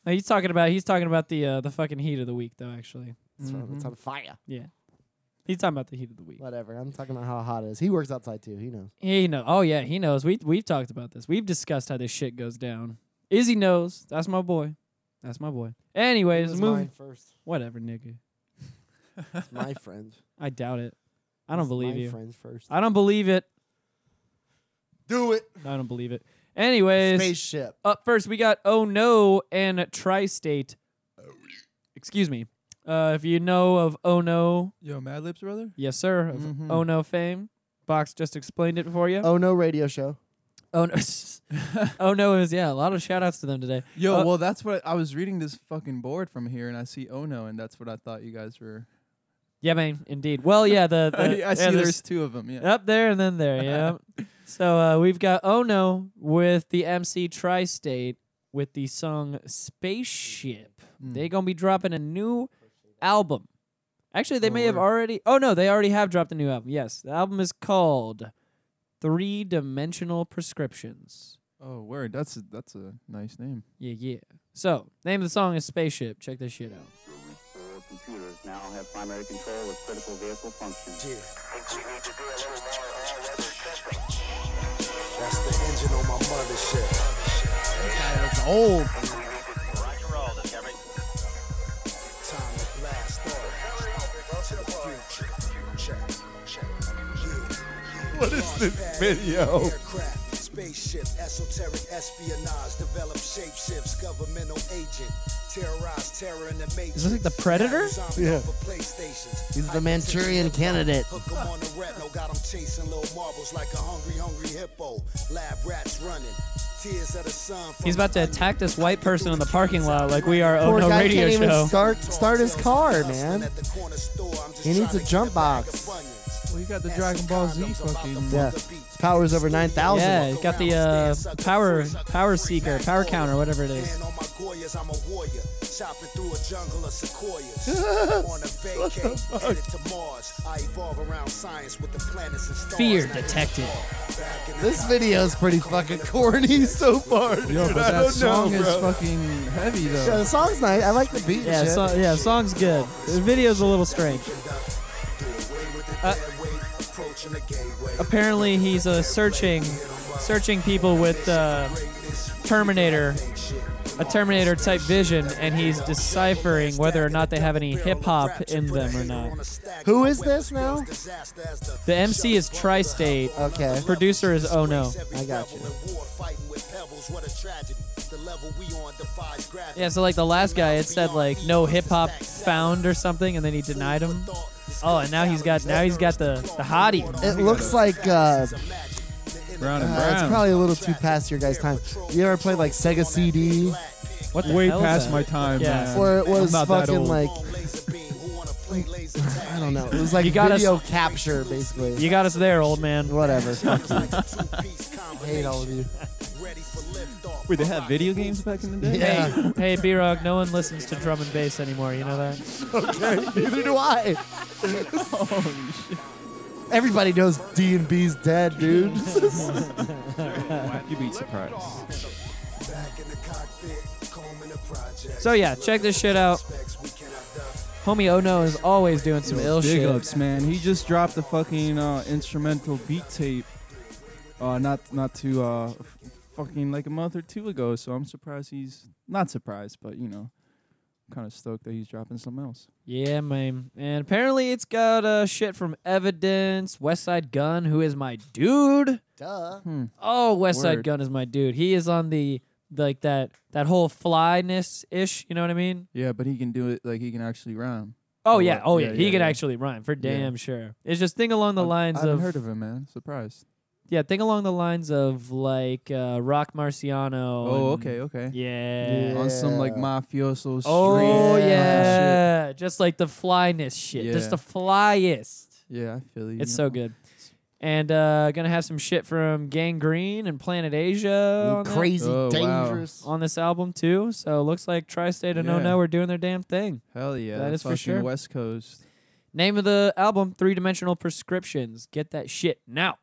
S1: No, he's talking about he's talking about the uh, the fucking heat of the week though. Actually,
S5: It's, on-
S1: Mm-hmm.
S5: it's on fire.
S1: yeah, he's talking about the heat of the week.
S5: Whatever. I'm talking about how hot it is. He works outside too. He knows.
S1: He know. Oh yeah, he knows. We we've talked about this. We've discussed how this shit goes down. Izzy knows. That's my boy. That's my boy.
S5: It
S1: Anyways,
S5: was
S1: move.
S5: mine first.
S1: Whatever, nigga.
S5: It's my friend.
S1: I doubt it. I don't
S5: It's
S1: believe
S5: my
S1: you.
S5: Friends first.
S1: I don't believe it.
S5: Do it.
S1: I don't believe it. Anyways,
S5: Spaceship.
S1: up first we got Oh No and Tri-State. Excuse me. Uh, if you know of Oh No,
S6: Yo, Mad Libs,
S1: (laughs)
S6: brother.
S1: yes sir, of
S6: Mhm.
S1: Oh No fame. Box just explained it for you.
S5: Oh no, radio show.
S1: Oh no. (laughs) oh no is yeah, a lot of shout outs to them today.
S6: Yo,
S1: Uh,
S6: well, that's what I was reading this fucking board from here, and I see Ono, and that's what I thought you guys were.
S1: Yeah, man, indeed. Well, yeah, the, the
S6: (laughs) I
S1: Uh, yeah,
S6: see
S1: the
S6: there's two of them. Yeah.
S1: Up there and then there,
S5: (laughs)
S1: yeah. so uh, we've got Oh No with the MC Tri State with the song Spaceship.
S5: Hmm.
S6: Mm.
S1: They're going to be dropping a new album. Actually, they may have already. Oh, no, they already have dropped a new album. Yes. The album is called Three Dimensional Prescriptions.
S6: Oh, word. That's a, that's a nice name.
S1: Yeah, yeah. So, name of the song is Spaceship. Check this shit out.
S8: Forward computers now have primary control of critical vehicle functions.
S2: That's the engine on my mothership.
S5: That's old.
S2: Time to blast off. To the future. Check. Check. Yeah.
S5: What is this video.
S2: Aircraft, spaceship, esoteric espionage, develop shapeshifts, governmental agent, terrorize terror in the matrix.
S1: Is this like the Predator?
S5: Yeah.
S2: Yeah.
S5: He's the Manchurian candidate.
S2: Hook 'em on the retinal, got 'em chasing little marbles like a hungry, hungry hippo. Lab rats running. Tears of the sun.
S1: He's
S2: from
S1: about to
S2: the onion.
S1: attack this white person in the parking lot like we are Oh
S5: Poor
S1: No
S5: guy
S1: Radio
S5: can't even
S1: Show.
S5: start start his car, man.
S2: At the corner store, I'm just
S5: He needs
S2: trying
S5: a
S2: to get
S5: jump
S2: bag
S5: box.
S2: of Funyuns.
S6: Well, you got the Dragon Ball Z fucking.
S5: Yeah, powers over nine thousand.
S1: Yeah, he's got the uh, power power seeker, power counter, whatever it
S5: (laughs)
S1: is.
S2: And on my Goyas, I'm a warrior. Chopping through a jungle of sequoias. on a vacay, headed to Mars. I evolve around science with the planets and stars.
S1: Fear
S2: Now it's
S1: detected.
S2: far back in the
S5: This video's pretty fucking corny (laughs) so far. dude.
S6: Yo, but
S5: I
S6: that
S5: don't know,
S6: song is
S5: bro.
S6: fucking heavy
S5: Yeah,
S6: though.
S5: the song's nice. I like the beat. and
S1: Yeah,
S5: shit.
S1: so, yeah, song's good. The video's a little strange. Uh, apparently, he's uh, searching, searching people with uh, Terminator, a Terminator type vision, and he's deciphering whether or not they have any hip hop in them or not.
S5: Who is this now?
S1: The MC is Tri-State.
S5: Okay,
S1: Producer is Oh No.
S5: I got you.
S1: Yeah, so like the last guy, it said like no hip hop found or something, and then he denied him. Oh, and now he's got now he's got the the hottie.
S5: It looks like uh,
S6: Brown and
S5: uh, it's
S6: Brown.
S5: probably a little too past your guys' time. You ever played like Sega CD,
S1: What the
S6: way
S1: hell is
S6: past
S1: that?
S6: my time.
S1: Yeah.
S6: man.
S5: where it was
S6: I'm not that
S5: fucking
S6: old.
S5: like (laughs) I don't know. It was like
S1: You got us-
S5: video capture, basically.
S1: You got us there, old man. (laughs)
S5: Whatever. Fuck you. (laughs) I hate all of you.
S6: Wait, they had video games back in the day.
S5: Yeah.
S1: (laughs) Hey, B Rock, no one listens to drum and bass anymore. You know that?
S5: Neither do
S1: (laughs)
S5: I. Everybody knows D and B's dead,
S1: (laughs)
S5: dude.
S6: You'd be surprised.
S1: So yeah, check this shit out. Homie Oh No is always doing some ill
S6: Big
S1: shit.
S6: ups, man. He just dropped the fucking uh, instrumental beat tape. Uh, not not too uh, f- fucking like a month or two ago. So I'm surprised he's not surprised, but you know, kind of stoked that he's dropping something else.
S1: Yeah, man. And apparently it's got uh, shit from Evidence, West Side Gun, who is my dude.
S5: Duh.
S1: Oh, West Side
S6: Hmm. Word.
S1: Gun is my dude. He is on the like that that whole flyness ish. You know what I mean?
S6: Yeah, but he can do it. Like he can actually rhyme.
S1: Oh
S6: Or
S1: yeah,
S6: what-
S1: oh yeah,
S6: yeah,
S1: he
S6: yeah,
S1: can
S6: yeah.
S1: actually rhyme for
S6: Yeah.
S1: damn sure. It's just think along the lines
S6: I haven't
S1: of
S6: heard of him, man. Surprised.
S1: yeah, think along the lines of like uh, Rock Marciano.
S6: Oh,
S1: and-
S6: okay, Oh, okay.
S1: Yeah.
S6: On some like mafioso.
S1: Oh
S6: street shit.
S1: yeah, just like the flyness shit, just
S6: Yeah.
S1: the flyest.
S6: Yeah, I feel you.
S1: It's so good. And uh, gonna have some shit from Gang Green and Planet Asia on, that-
S5: Crazy,
S6: Oh, wow.
S5: dangerous.
S1: on this album too. So it looks like Tri-State and Oh
S6: Yeah.
S1: No are doing their damn thing.
S6: Hell yeah,
S1: That is for
S6: fucking
S1: sure.
S6: West Coast.
S1: Name of the album: Three Dimensional Prescriptions. Get that shit now.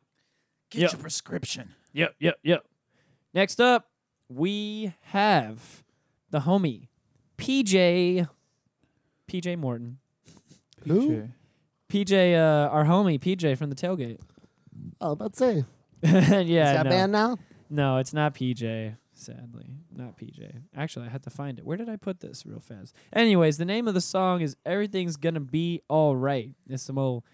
S6: Get
S1: Yep.
S6: your prescription.
S1: Yep, yep, yep. Next up, we have the homie PJ PJ Morton.
S5: Who?
S6: Sure.
S1: PJ uh, our homie PJ from the tailgate. (laughs)
S5: Oh, about to say. Is
S1: yeah,
S5: that
S1: no.
S5: band now?
S1: no, it's not PJ, sadly. Not PJ. Actually, I had to find it. Where did I put this real fast? Anyways, the name of the song is Everything's Gonna Be All Right. It's some old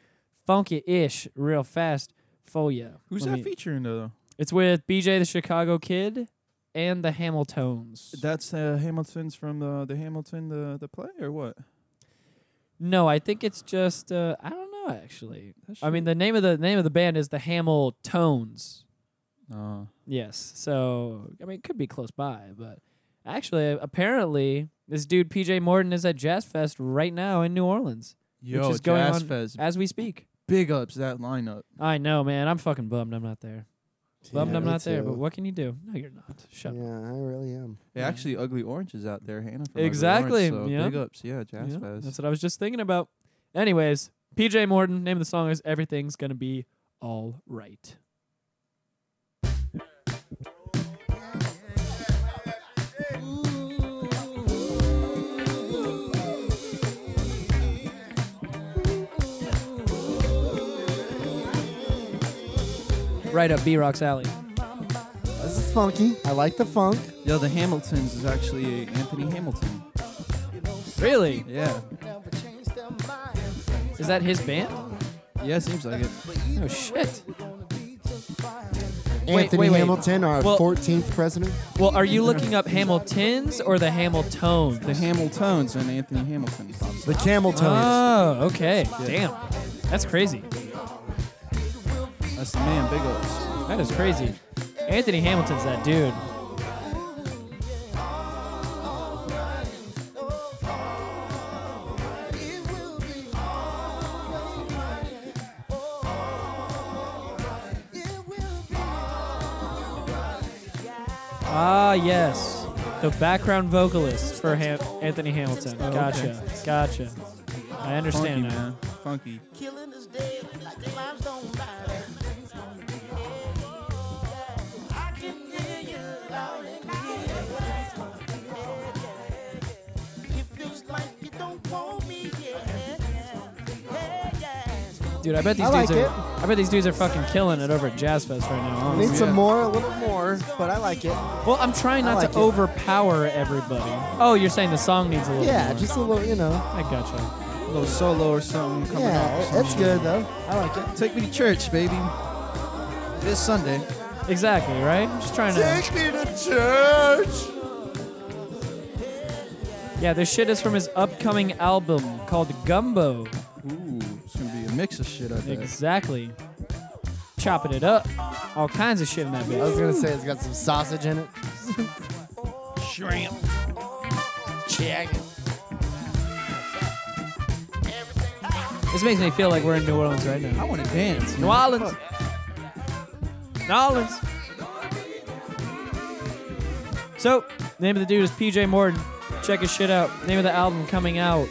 S1: funky-ish real fast for ya.
S6: Who's
S1: Let
S6: that
S1: me-
S6: featuring though?
S1: It's with BJ the Chicago Kid and the Hamiltones.
S6: That's uh, Hamilton's from the the Hamilton the the play or what?
S1: No, I think it's just uh, I don't know actually.
S6: That
S1: I mean
S6: shit-
S1: the name of the name of the band is the Hamiltones.
S6: Oh.
S1: Yes. So I mean it could be close by, but actually apparently this dude PJ Morton is at Jazz Fest right now in New Orleans.
S6: Yo,
S1: which is going
S6: Jazz
S1: on
S6: Fest.
S1: as we speak.
S6: Big ups that lineup.
S1: I know, man. I'm fucking bummed I'm not there. Bummed
S5: Yeah,
S1: I'm
S5: me
S1: not there, but
S5: too.
S1: what can you do? No, you're not. Shut up.
S5: Yeah, I really am.
S6: Yeah, actually, Ugly Orange is out there. Hannah. From
S1: Exactly,
S6: Ugly Orange, so
S1: yeah.
S6: Big ups. Yeah, Jazz
S1: Yeah,
S6: Fest.
S1: that's what I was just thinking about. Anyways, PJ Morton, name of the song is Everything's Gonna Be All Right. Right up B Rock's alley.
S5: This is funky. I like the funk.
S6: Yo, the Hamiltons is actually Anthony Hamilton.
S1: Really?
S6: Yeah.
S1: Is that his band?
S6: Yeah, it seems like it.
S1: Oh shit.
S5: Anthony
S1: wait, wait.
S5: Hamilton, our
S1: Well-
S5: 14th president.
S1: Well, are you looking up Hamiltons or the Hamiltones?
S6: The Hamiltones and Anthony Hamilton. Pops.
S5: The camel toes.
S1: oh, okay. Damn. That's crazy.
S6: That's the man, Big O's.
S1: That is crazy. Anthony Hamilton's that dude. Ah, yes. The background vocalist for Ham- Anthony Hamilton. Gotcha. Gotcha. I
S6: Funky,
S1: understand now.
S6: man. Funky.
S1: Dude, I bet these
S5: I
S1: dudes
S5: like
S1: are I bet these dudes are fucking killing it over at Jazz Fest right now.
S5: Need
S1: honestly.
S5: some more, a little more, but I like it.
S1: Well, I'm trying not
S5: I
S1: to
S5: like it.
S1: overpower everybody. Oh, you're saying the song needs a little
S5: Yeah,
S1: more.
S5: just a little, you know.
S1: I gotcha.
S6: A little solo or something coming
S5: Yeah,
S6: up.
S5: it's good though. I like it.
S6: Take me to church, baby. This Sunday.
S1: Exactly, right? I'm just trying to
S5: me to church.
S1: Yeah, this shit is from his upcoming album called Gumbo.
S6: Ooh, it's gonna be a mix of shit, I think.
S1: Exactly. Chopping it up. All kinds of shit in that
S5: I
S1: bitch.
S5: was gonna say it's got some sausage in it. Shrimp. Chicken.
S1: This makes me feel like we're in New Orleans right
S6: I
S1: now.
S6: want to dance.
S1: New Orleans. New Orleans. So, name of the dude is PJ Morton. Check his shit out. Name of the album coming out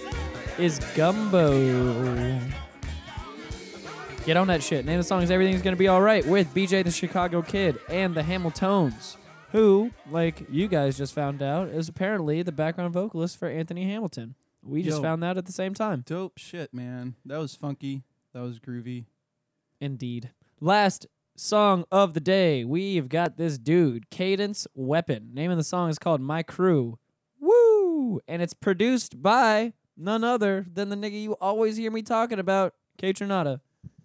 S1: is Gumbo. Get on that shit. Name of the song is Everything's Gonna Be Alright with BJ the Chicago Kid and the Hamiltones, who, like you guys just found out, is apparently the background vocalist for Anthony Hamilton. We just
S6: Yo.
S1: found out at the same time.
S6: Dope shit, man. That was funky. That was groovy.
S1: Indeed. Last song of the day, we've got this dude, Cadence Weapon. Name of the song is called My Crew. Woo! And it's produced by none other than the nigga you always hear me talking about, K Tronada.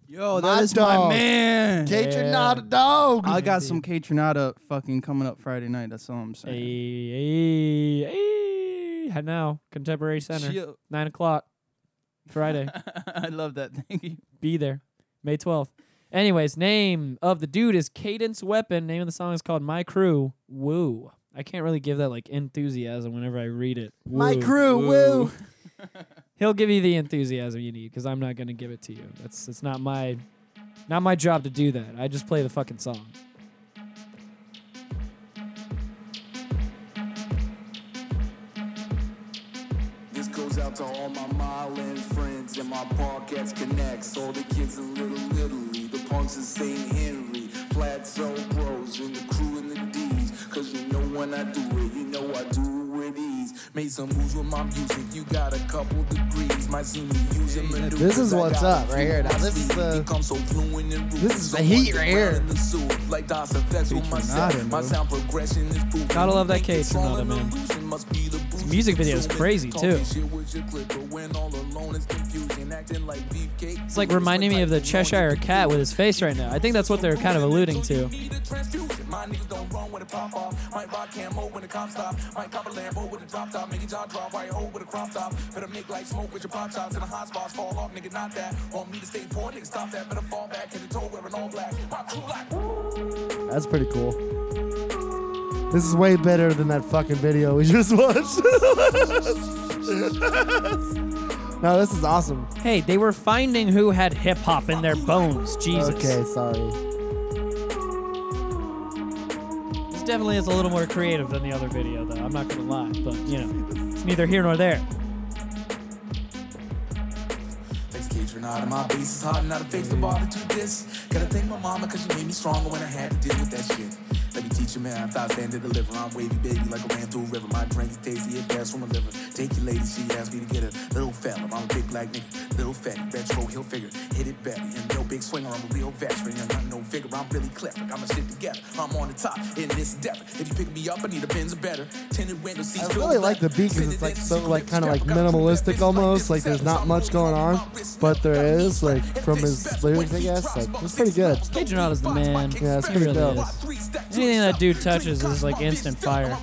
S6: Yo,
S5: My
S6: that is
S5: dog.
S6: my man.
S5: Cajun
S1: Yeah.
S5: not a dog.
S6: I got some Catronata fucking coming up Friday night. That's all I'm saying.
S1: Hey, hey, hey. Now, Contemporary Center,
S6: Chill.
S1: 9 o'clock, (laughs) Friday.
S6: (laughs) I love that. Thank you.
S1: Be there, May 12th. Anyways, name of the dude is Cadence Weapon. Name of the song is called My Crew. Woo. I can't really give that like enthusiasm whenever I read it.
S5: My
S1: Woo.
S5: crew, woo.
S1: He'll give you the enthusiasm you need because I'm not gonna give it to you. That's it's not my not my job to do that. I just play the fucking song.
S2: This goes out to all my Milan friends and my Parkettes connects. All the kids in Little Italy, the punks in St. Henry, Plateau Bros, and the crew in the D's. Cause you know when I do it, you know I do it ease. Made some moves with my music, you got a couple degrees. Might see me using maneuvers.
S5: This is
S2: I
S5: what's
S2: got
S5: up
S2: a
S5: right here. Now,
S2: few
S5: this is the-
S2: Become so fluent and rude.
S5: this is the
S2: So
S5: heat right here.
S2: underground in the suit, Like Dos Effects with
S6: Featuring
S2: myself.
S6: Nada,
S2: My
S6: bro.
S2: sound progression is proven.
S1: Gotta love that
S2: Think it's
S1: Cajun
S2: all
S1: Nada,
S2: an
S1: man.
S2: illusion, must be the boost
S1: music video is crazy, too.
S2: It's
S1: It's like reminding me of the Cheshire Cat with his face right now. I think that's what they're kind of alluding to.
S5: That's pretty cool. This is way better than that fucking video we (laughs) just watched. no, this is awesome.
S1: Hey, they were finding who had hip hop in their bones. Jesus.
S5: Okay, sorry.
S1: This definitely is a little more creative than the other video, though. I'm not gonna lie, but you know, it's neither here nor there.
S2: Thanks, kids, you're not on my base. It's hard not to face the bother to this. Gotta thank my mama, cause she made me stronger when I had to deal with that shit. Let me Teach him half, I stand to deliver. I'm wavy, baby, like a ran through a river. My drink is tasty, it passed from a liver. Take your lady, she asked me to get her. Little fella, I'm a big black nigga. Little fat, retro, he'll figure. Hit it better, you no big swinger. I'm a real veteran, you're not no figure. I'm really clever, got my shit together. I'm on the top in this endeavor. If you pick me up, I need a Benz or better. Tinted window seats.
S5: I
S2: filled
S5: really
S2: with
S5: like the
S2: leather.
S5: beat because
S2: Send
S5: it's
S2: it
S5: like
S2: in,
S5: so
S2: she
S5: like
S2: clips,
S5: kind of
S2: strap,
S5: like
S2: got my clip,
S5: minimalistic
S2: bitch,
S5: almost.
S2: this,
S5: Like there's
S2: I'm
S5: not much
S2: rolling
S5: going
S2: on
S5: on,
S2: my wrist,
S5: but
S2: got
S5: there
S2: me
S5: is like from his lyrics, I guess. Like it's pretty good.
S1: K. Janata's the man.
S5: Yeah, it's
S1: He
S5: pretty
S1: really
S5: dope.
S1: is. Anything that dude touches is like instant fire.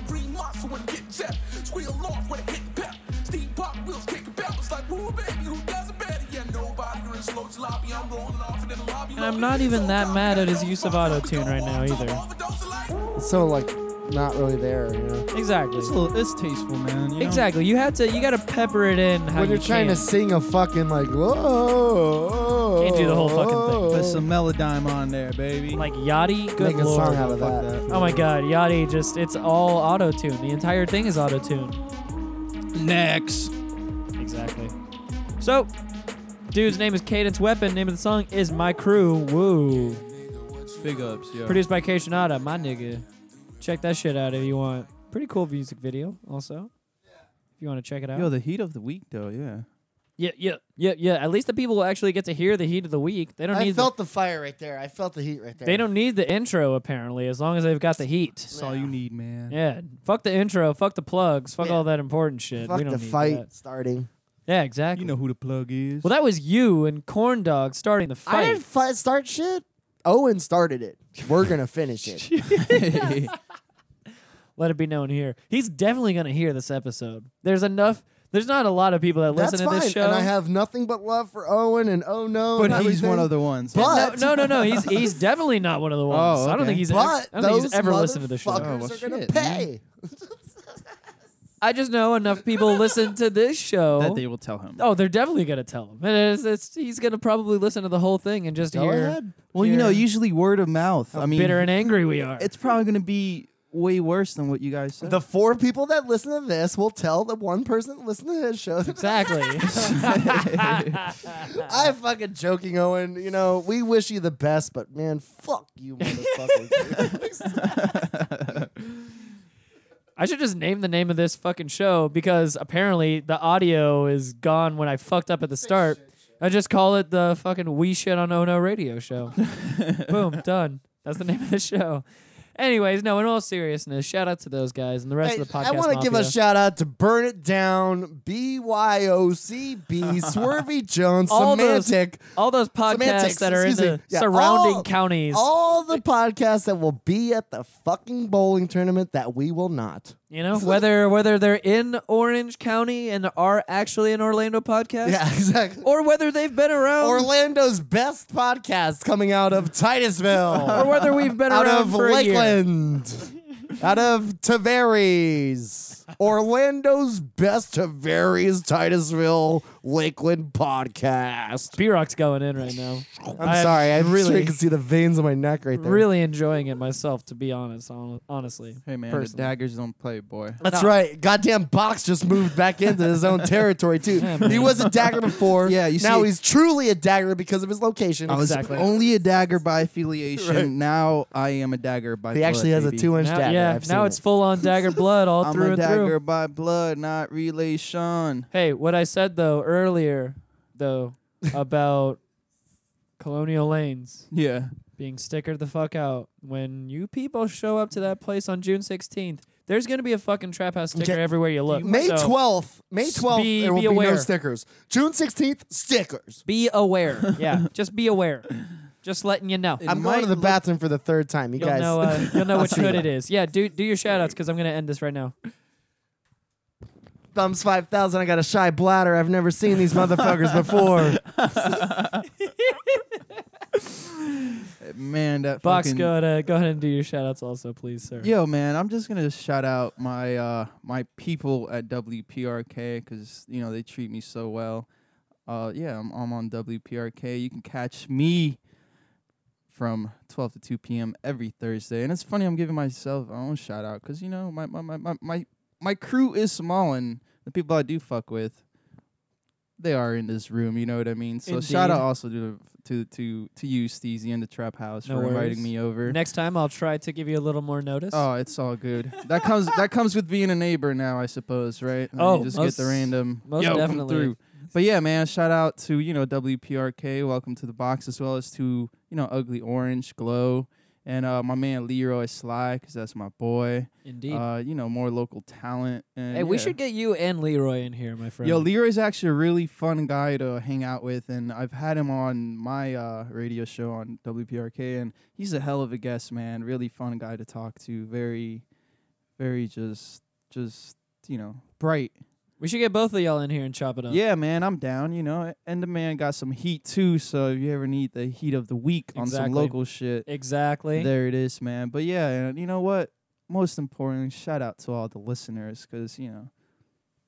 S1: And I'm not even that mad at his use of auto tune right now either.
S5: It's so like not really there. You know?
S1: Exactly.
S6: It's, a little, it's tasteful, man. you know?
S1: Exactly. You had to. You got to pepper it in how
S5: When
S1: you
S5: you're trying to
S1: can.
S5: sing a fucking like whoa,
S1: Can't do the whole fucking
S6: Put some melodyne on there, baby.
S1: like Yachty. Good
S5: Make a
S1: lord.
S5: song out of
S6: fuck
S5: that.
S1: Oh my God, Yachty just—it's all auto tune. The entire thing is auto tune.
S6: Next.
S1: Exactly. So, dude's name is Cadence Weapon. Name of the song is My Crew. Woo.
S6: Big ups, yo.
S1: Produced by K. Shinada, my nigga. Check that shit out if you want. Pretty cool music video, also. If you want to check it out.
S6: Yo, the heat of the week, though, yeah.
S1: yeah, yeah, yeah, yeah. At least the people will actually get to hear the heat of the week. They don't
S5: I
S1: need.
S5: felt the fire right there. I felt the heat right
S1: the,
S5: there.
S1: they don't need the intro apparently, as long as they've got the heat.
S6: That's all you need, man.
S1: Yeah. Fuck the intro. Fuck the plugs. Fuck
S5: Yeah.
S1: all that important shit.
S5: fuck
S1: we don't
S5: the
S1: need
S5: fight
S1: that.
S5: starting.
S1: Yeah, exactly.
S6: You know who the plug is.
S1: Well, that was you and Corn Dog starting the
S5: I
S1: fight.
S5: didn't fi- start shit. Owen started it. We're
S1: (laughs)
S5: gonna finish it.
S1: let it be known here. He's definitely going to hear this episode. There's enough. There's not a lot of people that
S5: That's
S1: listen to
S5: fine.
S1: this show.
S5: And I have nothing but love for Owen and oh no.
S6: (laughs) but
S5: and
S6: he's
S5: everything.
S6: one of the ones.
S5: But- Oh,
S1: no, no, no, no. He's he's definitely not one of
S5: (laughs)
S1: the ones. I don't
S6: okay.
S1: think he's.
S5: But
S1: ever, I don't
S5: those
S1: think he's ever listened to the show.
S5: motherfuckers
S6: Oh, well,
S5: are gonna
S6: shit, man.
S5: pay.
S1: I just know enough people listen to
S5: (laughs)
S1: this show.
S6: that they will tell him.
S1: oh, they're definitely gonna tell him. And it's, it's, he's gonna probably listen to the whole thing and just
S5: Go
S1: hear
S5: ahead.
S6: Well, you know,
S1: hear
S6: usually word of mouth. I mean,
S1: bitter and angry we are.
S6: it's probably going to be way worse than what you guys said.
S5: The four people that listen to this will tell the one person that listened to his show.
S1: exactly.
S5: (laughs) I'm fucking joking, Owen. You know, we wish you the best, but man, fuck you,
S1: (laughs)
S5: motherfucker.
S1: I should just name the name of this fucking show because apparently the audio is gone when I fucked up at the start. I just call it the fucking We Shit on Oh No Radio Show. Boom, done. That's the name of the show. Anyways, no, in all seriousness, shout out to those guys and the rest
S5: Hey,
S1: of the podcast.
S5: I want to give a
S1: mafia.
S5: shout out to Burn It Down,
S1: (laughs)
S5: BYOCB, Swervy Jones,
S1: All those
S5: Semantic.
S1: all those podcasts
S5: Semantics,
S1: that are in
S5: excuse
S1: the
S5: me. Yeah,
S1: surrounding
S5: all-
S1: counties.
S5: All the podcasts that will be at the fucking bowling tournament that we will not.
S1: you
S5: (laughs)
S1: know, whether whether they're in Orange County and are actually an Orlando podcast,
S5: Yeah, (laughs) exactly.
S1: or whether they've been around,
S5: Orlando's best podcast coming out
S1: (laughs)
S5: of
S1: or
S5: Titusville,
S1: whether we've been
S5: out
S1: around
S5: of
S1: for a year. (laughs)
S5: Lakeland, out of Tavares. Orlando's best Tavares, Titusville, Lakeland podcast.
S1: B Rock's going in right now.
S5: I'm
S1: I am
S5: sorry, I really
S1: really-
S5: sure you (laughs) can see the veins on my neck right (sighs) there.
S1: Really enjoying it myself, to be honest. hon- Honestly,
S6: hey, man, the
S1: personally.
S6: daggers don't play, boy.
S5: That's
S1: No.
S5: right. Goddamn box just moved back into his own territory too. he was a dagger before.
S6: Yeah, you
S5: now
S6: see-
S5: he's truly a dagger because of his location.
S6: I was
S1: Exactly.
S6: only a dagger by affiliation. Now I am a dagger by
S5: He
S6: blood,
S5: actually has a
S6: baby.
S5: two-inch
S1: now,
S5: dagger.
S1: yeah,
S5: I've
S1: now
S5: seen
S1: it's
S5: it.
S1: full on
S5: (laughs)
S1: dagger blood all
S6: I'm
S1: through
S6: a
S1: and
S6: dagger
S1: through.
S6: by blood, not relation.
S1: Hey, what I said though earlier,
S5: (laughs)
S1: though about Colonial Lanes
S6: Yeah.
S1: being stickered the fuck out when you people show up to that place on June sixteenth. The's gonna be a fucking trap house sticker
S5: Okay.
S1: everywhere you look.
S5: May
S1: so
S5: twelfth. May twelfth.
S1: be-
S5: there will
S1: be
S5: be, no
S1: aware.
S5: stickers. June sixteenth. Stickers.
S1: Be aware.
S5: (laughs)
S1: Yeah, just be aware. Just letting you know.
S6: It
S5: I'm going
S6: might
S5: to the
S6: look-
S5: bathroom for the third time. You
S1: You'll
S5: guys.
S1: know. Uh, you'll know
S5: I'll
S1: which
S5: see
S1: hood
S5: ya.
S1: it is. Yeah. Do do your shout outs because I'm gonna end this right now.
S5: (laughs) Thumbs five thousand. I got a shy bladder. I've never seen these motherfuckers before.
S6: Man, that
S1: Box,
S6: fucking,
S1: go to go ahead and do your shout outs also, please, sir.
S6: Yo, man, I'm just gonna shout out my uh, my people at WPRK because you know they treat me so well. Uh, yeah, I'm, I'm on WPRK. You can catch me from 12 to 2 p.m. every Thursday, and it's funny I'm giving myself my own shout out because you know my my, my my my my crew is small, and the people I do fuck with, they are in this room. You know what I mean? So shout
S1: Indeed.
S6: out also to the to to to you, Steezy, and the Trap House
S1: No
S6: for
S1: worries.
S6: inviting me over.
S1: Next time, I'll try to give you a little more notice.
S6: Oh, it's all good. That comes that comes with being a neighbor now, I suppose, right? I mean,
S1: Oh,
S6: you just get
S1: most-
S6: the random.
S1: most
S6: "Yo, come
S1: definitely.
S6: through." But yeah, man, shout out to you know WPRK, welcome to the box, as well as to you know Ugly Orange, Glow, and uh, my man Leroy Sly, because that's my boy.
S1: Indeed.
S6: Uh, you know more local talent. And
S1: hey, we
S6: yeah.
S1: should get you and Leroy in here, my friend.
S6: Yo, Leroy's actually a really fun guy to hang out with, and I've had him on my uh, radio show on WPRK, and he's a hell of a guest, man. Really fun guy to talk to. Very, very just, just you know, bright.
S1: we should get both of y'all in here and chop it up.
S6: Yeah, man, I'm down. You know, and the man got some heat too. So if you ever need the heat of the week on some
S1: Exactly.
S6: local shit,
S1: Exactly.
S6: there it is, man. But yeah, and you know what? Most importantly, shout out to all the listeners, cause you know,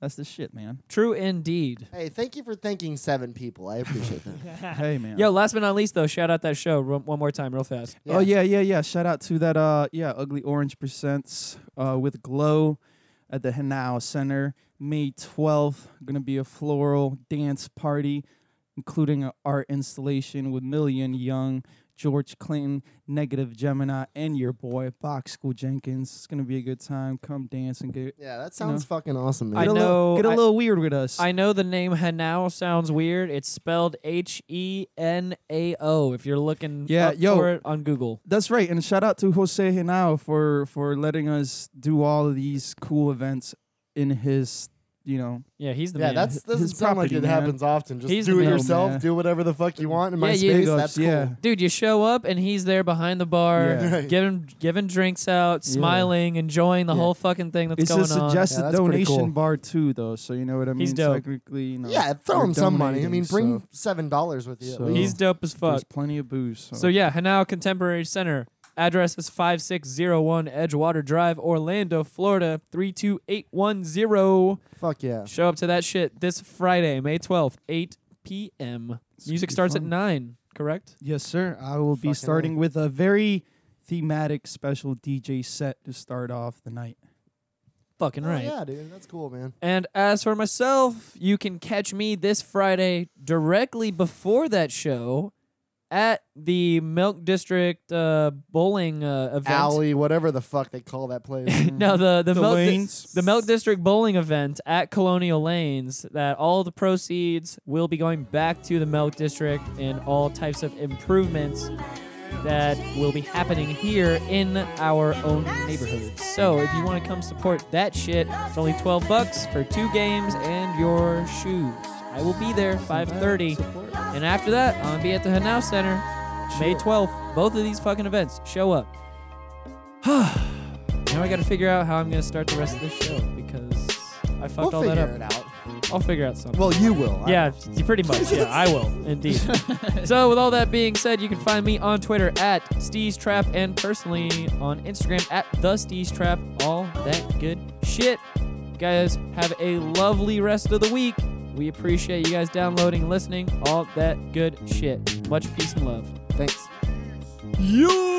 S6: that's the shit,
S1: (laughs)
S6: man.
S1: True indeed.
S5: Hey, thank you for thanking seven people. I appreciate (laughs) that.
S6: Hey, man.
S1: Yo, last but not least, though, shout out that show ro- one more time, real fast.
S6: Oh yeah, yeah, yeah. Shout out to that uh yeah, Ugly Orange Presents uh with Glow at the Hanau Center, May 12th. Gonna be a floral dance party, including an art installation with Million Young, George Clinton, Negative Gemini, and your boy Box School Jenkins. It's gonna be a good time. Come dance and get
S5: Yeah, that sounds fucking awesome.
S1: I
S5: Man.
S6: get a little,
S1: know-
S6: get a
S1: I-
S6: little weird with us.
S1: I know the name Hanao sounds weird. It's spelled H E N A O. If you're looking
S6: Yeah,
S1: up
S6: yo.
S1: for it on Google.
S6: That's right, and shout out to Jose Henao for for letting us do all of these cool events in his, you know,
S1: Yeah, he's the
S5: yeah,
S1: man.
S5: that's doesn't
S6: his
S5: sound like
S6: property,
S5: it
S6: man.
S5: happens often. Just
S1: He's
S5: do
S1: the
S5: it
S1: man.
S5: yourself.
S6: Yeah.
S5: Do whatever the fuck you want in
S1: Yeah,
S5: my
S1: yeah.
S5: space.
S6: Big ups,
S5: That's cool. (laughs)
S6: yeah.
S1: Dude, you show up and he's there behind the bar,
S6: Yeah.
S1: giving giving drinks out, smiling, enjoying the
S6: Yeah.
S1: whole fucking thing that's
S6: it's
S1: going
S6: a
S1: on.
S6: suggested
S5: Yeah, that's pretty
S6: donation
S5: cool.
S6: bar too, though. So you know what I mean.
S1: He's dope.
S6: Technically, you know,
S5: Yeah, throw
S6: we're
S5: him some money. I
S6: donating,
S5: mean, bring
S6: so
S5: seven dollars with you. at
S6: so-
S5: least.
S1: He's dope as fuck.
S6: There's plenty of booze. So,
S1: So yeah, Hanao Contemporary Center. Address is 5601 Edgewater Drive, Orlando, Florida 32810.
S5: Fuck yeah.
S1: Show up to that shit this Friday, May 12th, 8 p.m.
S6: It's
S1: Music
S6: gonna be
S1: starts at
S6: fun.
S1: 9, correct?
S6: yes, sir. I will
S5: Fucking
S6: be starting with a very thematic special DJ set to start off the night.
S1: Fucking (laughs)
S5: Oh,
S1: right.
S5: Yeah, dude, that's cool, man.
S1: And as for myself, you can catch me this Friday directly before that show at the Milk District uh, bowling uh, event.
S5: Alley, whatever the fuck they call
S1: (laughs)
S5: that place.
S1: no, the the,
S6: The
S1: milk, Di-
S6: lanes.
S1: the milk district bowling event at Colonial Lanes. That all the proceeds will be going back to the milk district and all types of improvements that will be happening here in our own neighborhood. So if you want to come support that shit, it's only twelve bucks for two games and your shoes. I will be there five thirty, and after that, I'm gonna be at the Hanau Center. May 12th, both of these fucking events show up. (sighs) Now I gotta figure out how I'm gonna start the rest of this show because I
S5: we'll
S1: fucked all
S5: figure
S1: that up.
S5: it out.
S1: I'll figure out something.
S5: Well, you will. I-
S1: yeah, y- pretty much. Yeah, I will
S5: (laughs)
S1: indeed. so, with all that being said, you can find me on Twitter at Steez Trap and personally on Instagram at the Steez Trap. All that good shit. Guys, have a lovely rest of the week. We appreciate you guys downloading, and listening, all that good shit. Much peace and love.
S5: Thanks.
S1: You.